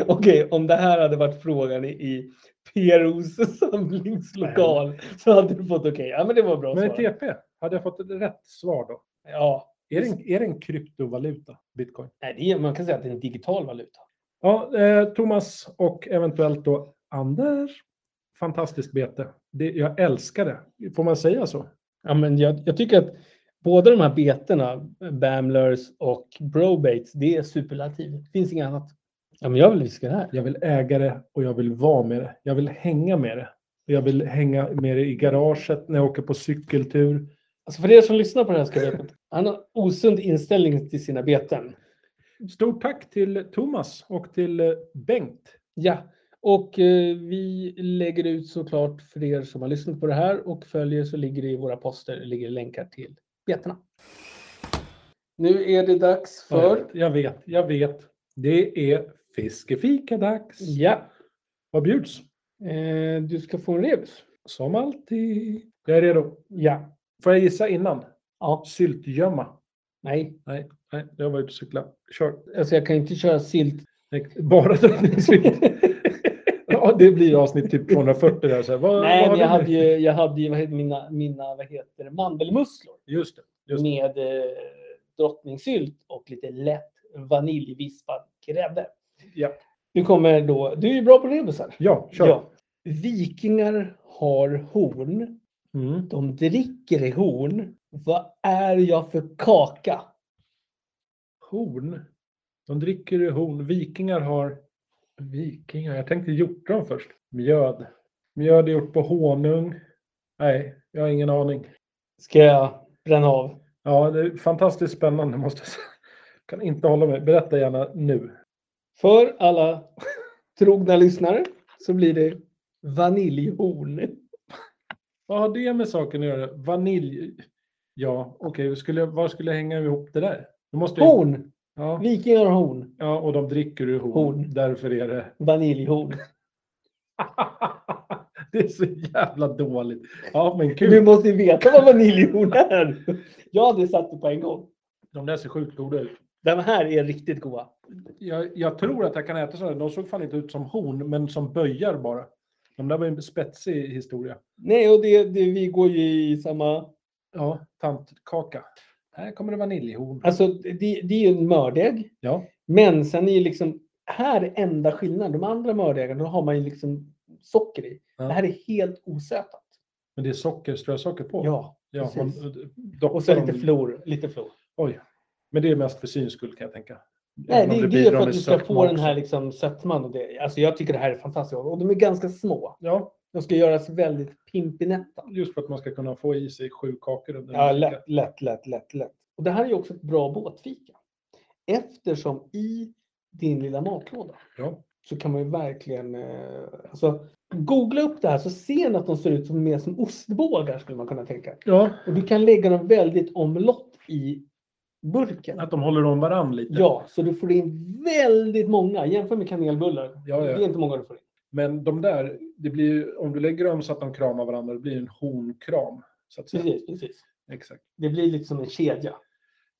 S2: Okej, om det här hade varit frågan i, i PROs samlingslokal så hade du fått okej. Ja, men det var bra
S3: Men i
S2: svar.
S3: TP, hade jag fått ett rätt svar då?
S2: Ja,
S3: Är det, en, är det en kryptovaluta, bitcoin?
S2: nej, det är, man kan säga att det är en digital valuta.
S3: Ja, eh, Thomas och eventuellt då Anders. Fantastiskt bete. Det, jag älskar det. Får man säga så?
S2: Ja, men jag, jag tycker att båda de här betena, Bamlers och Brobates, det är superlativ. Det finns inget annat. Ja, men jag vill viska det här.
S3: Jag vill äga det och jag vill vara med det. Jag vill hänga med det. Jag vill hänga med det i garaget när jag åker på cykeltur.
S2: Alltså för er som lyssnar på det här ska veta att han har osund inställning till sina beten.
S3: Stort tack till Thomas och till eh, Bengt.
S2: Ja, och eh, vi lägger ut såklart för er som har lyssnat på det här och följer så ligger det i våra poster ligger det länkar till betena. Nu är det dags för...
S3: Jag vet, jag vet. Det är fiskefika-dags.
S2: Ja,
S3: Vad bjuds?
S2: eh, du ska få en rebus.
S3: Som alltid. Jag är redo.
S2: Ja.
S3: Får jag gissa innan?
S2: ja.
S3: Syltgömma.
S2: Nej,
S3: Nej, nej, jag var ute och cykla. Kör.
S2: alltså jag kan inte köra silt.
S3: Nej, Bara drunkningsfilt. ja, det blir avsnitt typ 240 där. Så här, vad,
S2: Nej,
S3: vad har
S2: men jag
S3: du nu?
S2: hade ju, jag hade ju vad heter, mina, mina vad heter, det, mandelmusslor
S3: Just det. Just det.
S2: med eh, drottningsylt och lite lätt vanilj, vispad grädde.
S3: Ja.
S2: Du kommer då, du är ju bra på rebusar.
S3: Ja, kör.
S2: Ja. Vikingar har horn.
S3: Mm.
S2: De dricker i horn. Vad är jag för kaka?
S3: Horn. De dricker ju horn. Vikingar har... Vikingar? Jag tänkte hjortron först. Mjöd. Mjöd är gjort på honung. Nej, jag har ingen aning.
S2: Ska jag bränna av?
S3: Ja, det är fantastiskt spännande måste jag säga. Kan inte hålla mig. Berätta gärna nu.
S2: För alla trogna lyssnare så blir det vaniljhorn.
S3: Vad har det med saken att göra? Vanilj? Ja, okej. hur skulle jag- Var skulle jag hänga ihop det där? Då måste jag-
S2: Horn!
S3: Ja,
S2: Vikingar har horn.
S3: ja, och de dricker ur horn.
S2: Horn.
S3: Därför är det...
S2: Vaniljhorn.
S3: det är så jävla dåligt. Ja, men kul.
S2: Du måste ju veta vad vaniljhorn är. Jag hade satt det på en gång.
S3: De där ser sjukt goda ut.
S2: De här är riktigt goda.
S3: Jag, jag tror att jag kan äta sådana. De såg fan inte ut som horn, men som böjar bara. De där var ju en spetsig historia.
S2: Nej, och det, det, vi går ju i samma...
S3: Ja, tantkaka. Här kommer det vaniljhorn.
S2: Alltså, det, det är ju en mördeg.
S3: Ja.
S2: Men sen är ju liksom... Här är enda skillnaden. De andra mördegarna, då har man ju liksom socker i.
S3: Ja.
S2: Det här är helt osötat.
S3: Men det är socker, strösocker på.
S2: Ja.
S3: ja man,
S2: precis.
S3: doppar
S2: Och så
S3: dem
S2: lite flor. Lite flor.
S3: Oj. Men det är mest för syns skull kan jag tänka.
S2: Nej,
S3: Även om
S2: det, det är
S3: bidrar
S2: för att
S3: med
S2: du ska
S3: sötma
S2: få den här
S3: också.
S2: liksom sötman. Och det, alltså jag tycker det här är fantastiskt. Och de är ganska små.
S3: Ja,
S2: De ska göras väldigt pimpinetta.
S3: just för att man ska kunna få i sig sju kakor under en
S2: Ja,
S3: vecka.
S2: lätt, lätt, lätt, lätt, lätt. Och det här är ju också ett bra båtfika. Eftersom i din lilla matlåda
S3: Ja.
S2: så kan man ju verkligen... Eh, alltså, googla upp det här så ser ni att de ser ut som, mer som ostbågar skulle man kunna tänka.
S3: ja,
S2: Och du kan lägga dem väldigt omlott i burken.
S3: att de håller om varandra lite.
S2: Ja, så du får in väldigt många. Jämför med kanelbullar.
S3: Ja, ja.
S2: Det är inte många du får in.
S3: Men de där, det blir ju, om du lägger dem så att de kramar varandra, det blir en honkram. Så att säga.
S2: Precis, precis.
S3: Exakt.
S2: Det blir lite som en kedja.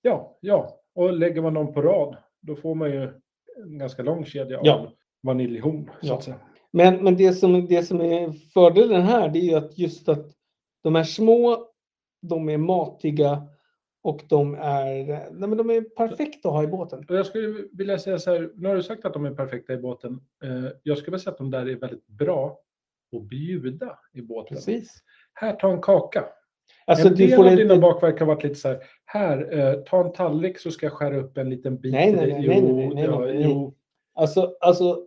S3: Ja, ja. Och lägger man dem på rad, då får man ju en ganska lång kedja
S2: Ja.
S3: av vaniljhorn. Så
S2: Ja.
S3: att säga.
S2: Men, men det, som, det som är fördelen här det är ju att just att de är små, de är matiga och de är, nej men de är perfekta att ha i båten.
S3: Och jag skulle vilja säga så här, nu har du sagt att de är perfekta i båten. Eh, Jag skulle vilja säga att de där är väldigt bra att bjuda i båten.
S2: Precis.
S3: Här, ta en kaka.
S2: Alltså,
S3: en
S2: du
S3: del
S2: får
S3: av dina
S2: inte,
S3: bakverk har varit lite så här, här, eh, ta en tallrik så ska jag skära upp en liten bit
S2: Nej,
S3: till
S2: nej,
S3: dig.
S2: nej, nej,
S3: Jo,
S2: nej, nej,
S3: ja,
S2: nej.
S3: jo.
S2: alltså, alltså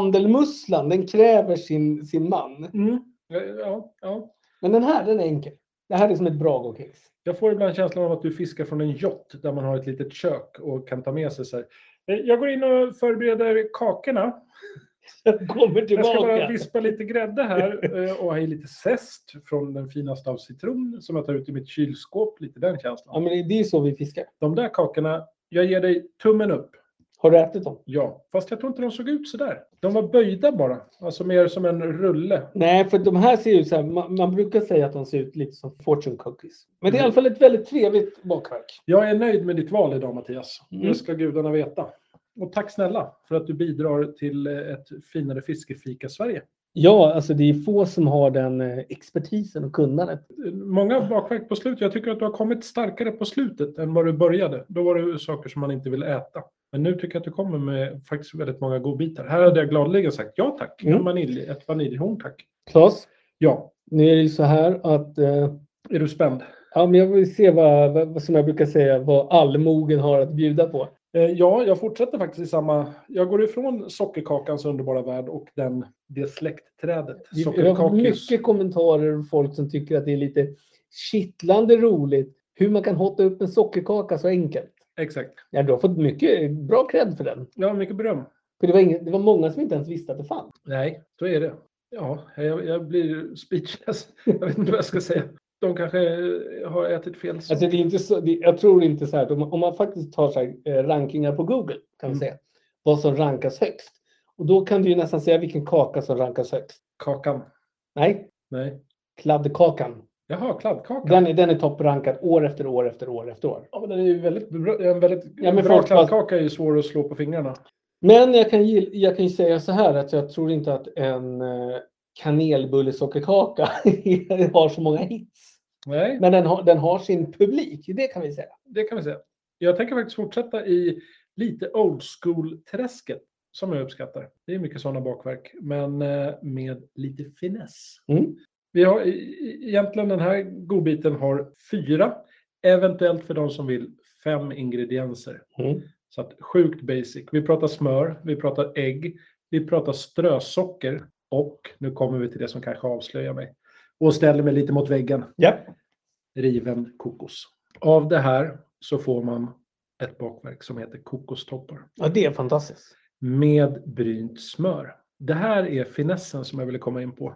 S2: mandelmusslan den kräver sin, sin man.
S3: Mm. Ja, Ja, ja.
S2: Men den här den är enkel. Det här är som ett Bragokex.
S3: Jag får ibland känslan av att du fiskar från en yacht där man har ett litet kök och kan ta med sig så här. "Eh, Jag går in och förbereder kakorna.
S2: Jag kommer
S3: Jag ska bara
S2: tillbaka.
S3: vispa lite grädde här eh, och ha i lite zest från den finaste av citron som jag tar ut i mitt kylskåp. Lite den
S2: Ja,
S3: känslan.
S2: men det- det är så vi fiskar.
S3: De där kakorna, jag ger dig tummen upp.
S2: Har du ätit dem?
S3: Ja, fast jag tror inte de såg ut så där. De var böjda bara, alltså mer som en rulle.
S2: Nej, för de här ser ut så här. Man, man brukar säga att de ser ut lite som fortune cookies. Men det är i alla fall ett väldigt trevligt bakverk.
S3: Jag är nöjd med ditt val idag Mattias.
S2: Mm.
S3: Det ska gudarna veta. Och tack snälla för att du bidrar till eh, ett finare fiskefika Sverige.
S2: Ja, alltså det är få som har den eh, expertisen och kunnandet.
S3: Eh, Många bakverk på slutet. Jag tycker att du har kommit starkare på slutet än vad du började. Då var det saker som man inte vill äta. Men nu tycker jag att du kommer med faktiskt väldigt många godbitar. Här hade jag gladeligen sagt ja tack.
S2: Mm.
S3: En vanilj, ett vaniljhorn tack.
S2: Claes,
S3: Ja,
S2: nu är det ju så här att eh,
S3: är du spänd?
S2: ja, men jag vill se vad, vad, som jag brukar säga, vad allmogen har att bjuda på.
S3: Eh, Ja, jag fortsätter faktiskt i samma... Jag går ifrån sockerkakans underbara värld och den, det släktträdet.
S2: Vi vi har
S3: Sockerkakis.
S2: mycket kommentarer och folk som tycker att det är lite kittlande roligt hur man kan hotta upp en sockerkaka så enkelt.
S3: Exakt.
S2: Ja, du har fått mycket bra cred för den.
S3: Ja, mycket beröm.
S2: För det var, ingen, det var många som inte ens visste att det fanns.
S3: Nej, så är det. Ja, jag, jag blir speechless. Jag vet inte vad jag ska säga. De kanske eh, har ätit fel.
S2: Alltså det är inte så, det, jag tror inte så här, om, man- om man faktiskt tar så här, eh, rankingar på Google, kan vi
S3: Mm.
S2: säga, vad som rankas högst. Och då kan du ju nästan säga vilken kaka som rankas högst.
S3: Kakan.
S2: Nej,
S3: Nej.
S2: kladdkakan.
S3: Jaha, kladdkakan.
S2: Den är, den är topprankad år efter år efter år efter år.
S3: Ja, men den är ju väldigt bra. En väldigt
S2: Ja, men
S3: bra
S2: folk-
S3: kladdkaka är ju svår att slå på fingrarna.
S2: Men jag kan, gill- jag kan ju säga så här att jag tror inte att en eh, kanelbullesockerkaka har så många hits.
S3: Nej,
S2: Men den har, den har sin publik, det kan vi säga.
S3: det kan vi säga. Jag tänker faktiskt fortsätta i Lite old school-träsket som jag uppskattar. Det är mycket sådana bakverk, men eh, med lite finess.
S2: Mm.
S3: Vi har e- e- egentligen den här godbiten har fyra, eventuellt för de som vill fem ingredienser.
S2: Mm.
S3: Så att sjukt basic. Vi pratar smör, vi pratar ägg, vi pratar strösocker och nu kommer vi till det som kanske avslöjar mig och ställer mig lite mot väggen.
S2: Ja.
S3: Riven kokos. Av det här så får man ett bakverk som heter kokostoppar
S2: ja, det är fantastiskt.
S3: med brynt smör. Det här är finessen som jag ville komma in på.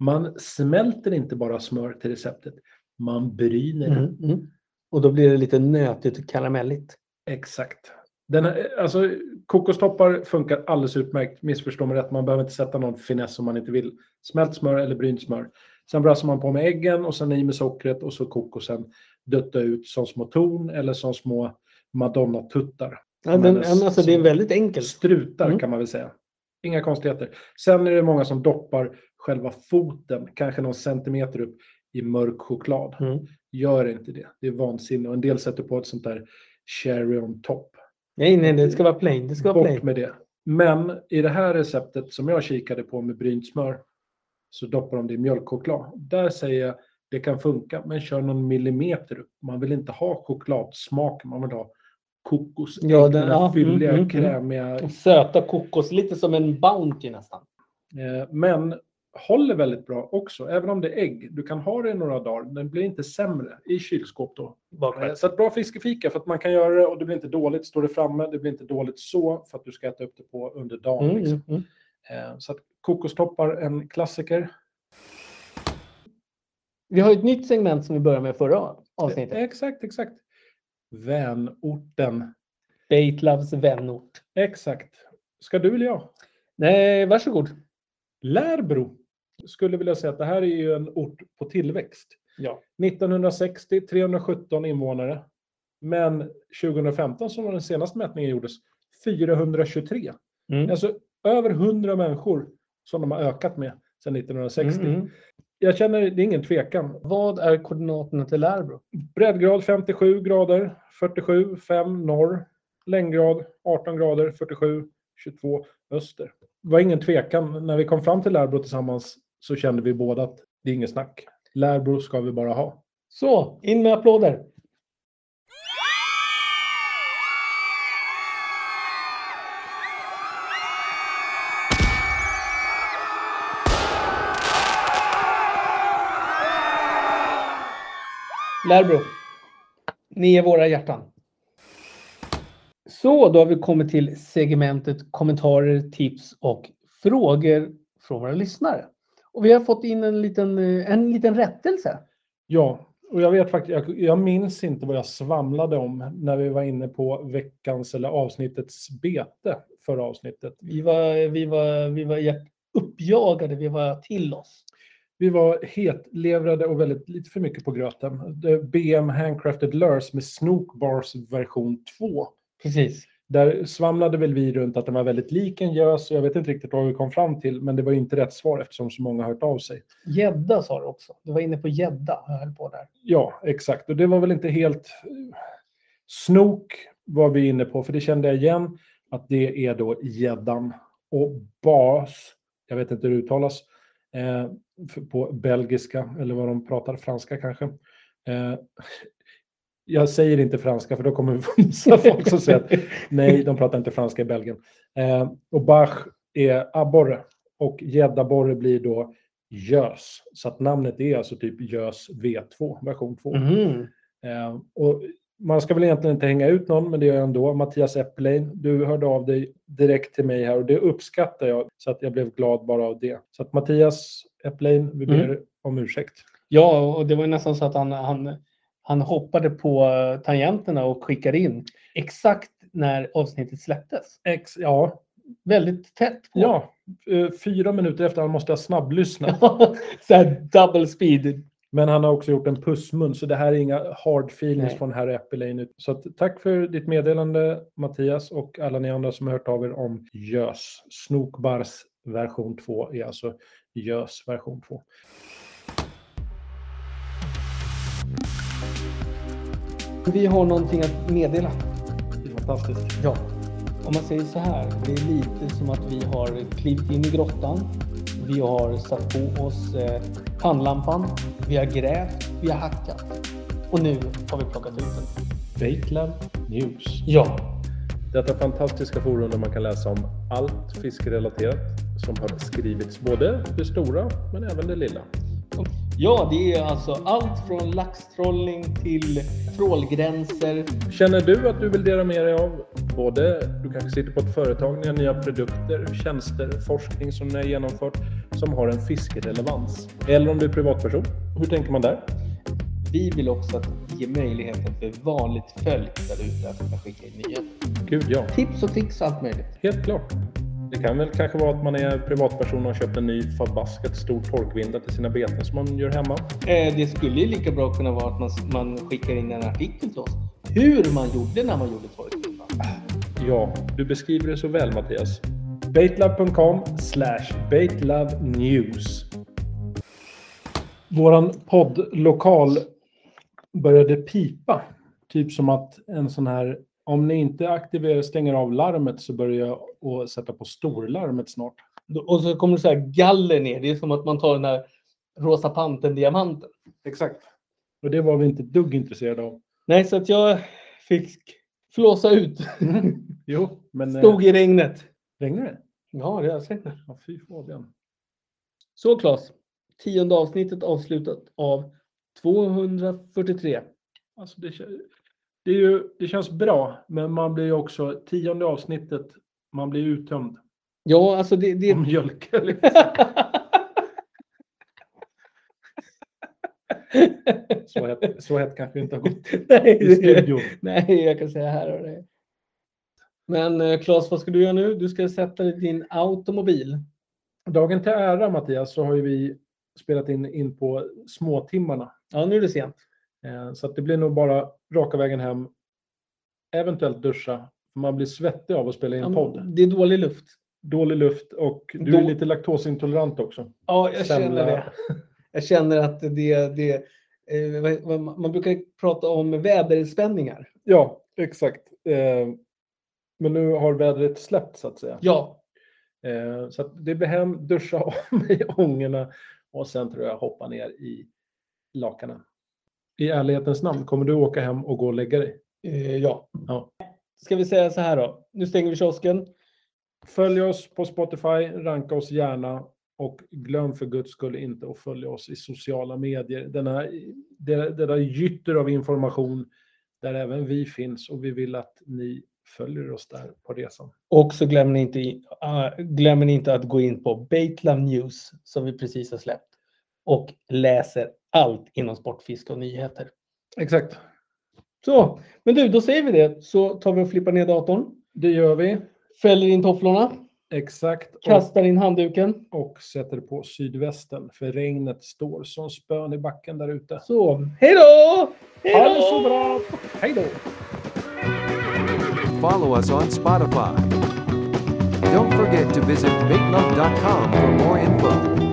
S3: Man smälter inte bara smör till receptet, man bryner det.
S2: Mm. Mm. Och då blir det lite nötigt och karamelligt.
S3: Exakt. Den här, alltså, kokostoppar funkar alldeles utmärkt. Missförstå mig rätt, man behöver inte sätta någon finess om man inte vill. Smält smör eller brynt smör. Sen brassar man på med äggen och sen i med sockret och så kokosen dutta ut som små torn eller som små madonna-tuttar.
S2: Ja, den, alltså, det är väldigt enkelt.
S3: Strutar
S2: Mm.
S3: kan man väl säga. Inga konstigheter. Sen är det många som doppar själva foten, kanske någon centimeter upp, i mörk choklad.
S2: Mm.
S3: Gör inte det. Det är vansinne. Och en del sätter på ett sånt där cherry on top.
S2: Nej, nej, det ska vara plain. Det ska vara
S3: Bort
S2: plain.
S3: med det. Men i det här receptet som jag kikade på med brynt smör så doppar de det i mjölkchoklad. Där säger jag det kan funka, men kör någon millimeter upp. Man vill inte ha chokladsmak, man vill ha kokos.
S2: Ja,
S3: ägg,
S2: den-
S3: den
S2: ja,
S3: här fylliga,
S2: mm, mm,
S3: krämiga.
S2: Söta kokos, lite som en Bounty nästan.
S3: Eh, Men håller väldigt bra också, även om det är ägg. Du kan ha det i några dagar, den blir inte sämre i kylskåp då. Eh,
S2: Bakverk.
S3: Så att bra fiskefika för att man kan göra det och det blir inte dåligt. Står det framme, det blir inte dåligt så för att du ska äta upp det på under dagen.
S2: Mm,
S3: Liksom.
S2: mm, mm.
S3: Eh, Så att kokostoppar, en klassiker.
S2: Vi har ju ett nytt segment som vi började med förra
S3: Eh,
S2: avsnittet.
S3: Exakt, exakt. Vänorten.
S2: Batelavs vänort.
S3: Exakt. Ska du eller jag?
S2: Nej, varsågod.
S3: Lärbro. Skulle vilja säga att det här är ju en ort på tillväxt.
S2: Ja.
S3: 1960, 317 invånare. Men 2015, som var den senaste mätningen gjordes, 423.
S2: Mm.
S3: Alltså över 100 människor som de har ökat med sedan 1960.
S2: Mm, mm.
S3: Jag känner, det är ingen tvekan.
S2: Vad är koordinaterna till Lärbro?
S3: Breddgrad 57 grader, 47, 5 norr. Längdgrad 18 grader, 47, 22 öster. Det var ingen tvekan. När vi kom fram till Lärbro tillsammans så kände vi båda att det är inget snack. Lärbro ska vi bara ha.
S2: Så, in med applåder. Lärbro, ni är våra hjärtan. Så, då har vi kommit till segmentet kommentarer, tips och frågor från våra lyssnare. Och vi har fått in en liten, eh, en liten rättelse.
S3: Ja, och jag vet faktiskt, jag, jag minns inte vad jag svamlade om när vi var inne på veckans eller avsnittets bete förra avsnittet.
S2: Vi var, vi var, vi var jätte- uppjagade, vi var till oss.
S3: Vi var hetlevrade och väldigt lite för mycket på gröten. Det är BM Handcrafted Lures med Snook Bars version 2.
S2: Precis.
S3: Där svamlade väl vi runt att den var väldigt lik en gös. Jag vet inte riktigt vad vi kom fram till, men det var ju inte rätt svar eftersom så många har hört av sig.
S2: Gädda sa du också. Du var inne på gädda. Jag höll på där.
S3: Ja, exakt. Och det var väl inte helt... Snook var vi inne på, för det kände jag igen att det är då gäddan. Och bas, jag vet inte hur det uttalas, eh, för- på belgiska, eller vad de pratar, franska kanske. Eh, jag säger inte franska, för då kommer vi få missa folk som säger att nej, de pratar inte franska i Belgien. Eh, och bach är abborre och gäddaborre blir då gös. Så att namnet är alltså typ gös V2, version 2.
S2: Mhm.
S3: Eh, och man ska väl egentligen inte hänga ut någon, men det gör jag ändå. Mattias Epplein, du hörde av dig direkt till mig här och det uppskattar jag. Så att jag blev glad bara av det. Så att Mattias Epplein, vi ber om ursäkt.
S2: Ja, och det var ju nästan så att han, han, han hoppade på eh, tangenterna och skickade in exakt när avsnittet släpptes.
S3: Ex, ja,
S2: Väldigt tätt på.
S3: ja, eh, fyra minuter efter han måste ha snabblyssnat.
S2: så här double speed.
S3: Men han har också gjort en pussmun, så det här är inga hard feelings
S2: Nej.
S3: från herr Eppelin. Så att, tack för ditt meddelande Mattias och alla ni andra som har hört av er om Gös. Snokbars version 2 är alltså Gös version 2.
S2: Vi har någonting att meddela.
S3: Det är fantastiskt.
S2: Ja. Om man säger så här, det är lite som att vi har klivit in i grottan. Vi har satt på oss eh, pannlampan. Vi har grävt, vi har hackat. Och nu har vi plockat ut den.
S3: Batelab News.
S2: Ja,
S3: Detta fantastiska forum där man kan läsa om allt fiskerelaterat som har skrivits, både det stora men även det lilla.
S2: ja det är alltså allt från laxtrollning till trålgränser.
S3: Känner du att du vill dela med dig av både, du kanske sitter på ett företag, ni har nya produkter, tjänster, forskning som ni har genomfört som har en fiskerelevans? Eller om du är privatperson, hur tänker man där?
S2: Vi vill också att ge möjligheten för vanligt folk där ute att kunna skicka in nyheter.
S3: Gud ja,
S2: Tips och tricks och allt möjligt.
S3: helt klart. Det kan väl kanske vara att man är privatperson och har köpt en ny fadbasket stor torkvinda till sina beten som man gör hemma.
S2: Eh, Det skulle ju lika bra kunna vara att man, man skickar in en artikel till oss. Hur man gjorde när man gjorde torktumlaren.
S3: Ja, du beskriver det så väl Mattias. Baitlab.com slash baitlovenews. Våran poddlokal började pipa. Typ som att en sån här, om ni inte aktiverar, stänger av larmet så börjar jag att sätta på storlarmet snart.
S2: Och så kommer det så här galler ner. Det är som att man tar den här Rosa Panten-diamanten.
S3: Exakt. Och det var vi inte ett dugg intresserade av.
S2: Nej, så att jag fick flåsa ut.
S3: Jo, men... eh,
S2: Stod i regnet.
S3: Regnar det?
S2: Ja, det har jag sett.
S3: Ja, fy fabian.
S2: Så Claes, tionde avsnittet avslutat av 243.
S3: Alltså det, kä- det, är ju, det känns bra, men man blir ju också, tionde avsnittet, man blir uttömd
S2: Ja, alltså det... det...
S3: på mjölk. så, hett, så hett kanske inte har gått
S2: Nej,
S3: i
S2: det...
S3: studion.
S2: Nej, jag kan säga här och det. Men eh, Claes, vad ska du göra nu? Du ska sätta dig i din automobil.
S3: Dagen till ära Mattias så har ju vi spelat in, in på småtimmarna.
S2: Ja, nu är det sent.
S3: Eh, så att det blir nog bara raka vägen hem, eventuellt duscha. för Man blir svettig av att spela in
S2: Ja, men
S3: podd.
S2: Det är dålig luft.
S3: Dålig luft och du är
S2: Då-
S3: lite laktosintolerant också.
S2: Ja, jag
S3: Semla.
S2: känner det. Jag känner att det... det eh, vad- vad- man brukar prata om väderspänningar.
S3: Ja, exakt. Eh, men nu har vädret släppt så att säga.
S2: Ja,
S3: Eh, så att det blir hem, duscha av mig ångorna och sen tror jag hoppa ner i lakanen. I ärlighetens namn, kommer du åka hem och gå och lägga dig?
S2: eh, ja.
S3: Ja.
S2: Ska vi säga så här då. Nu stänger vi kiosken.
S3: Följ oss på Spotify, ranka oss gärna och glöm för guds skull inte att följa oss i sociala medier. Denna, det, det där gytter av information där även vi finns och vi vill att ni följer oss där på resan.
S2: Och så glömmer ni inte, i- ah, glömmer ni inte att gå in på Batelab News som vi precis har släppt och läser allt inom sportfiske och nyheter.
S3: Exakt.
S2: Så, men du, då säger vi det. Så tar vi och flippar ner datorn,
S3: Det gör vi.
S2: fäller in tofflorna,
S3: Exakt.
S2: kastar in handduken.
S3: Och, och sätter på sydvästen för regnet står som spön i backen där ute.
S2: Så, hej då! Hej
S3: Ha det så
S2: då!
S3: bra! Hej då!
S1: Follow us on Spotify. Don't forget to visit baitlove.com for more info.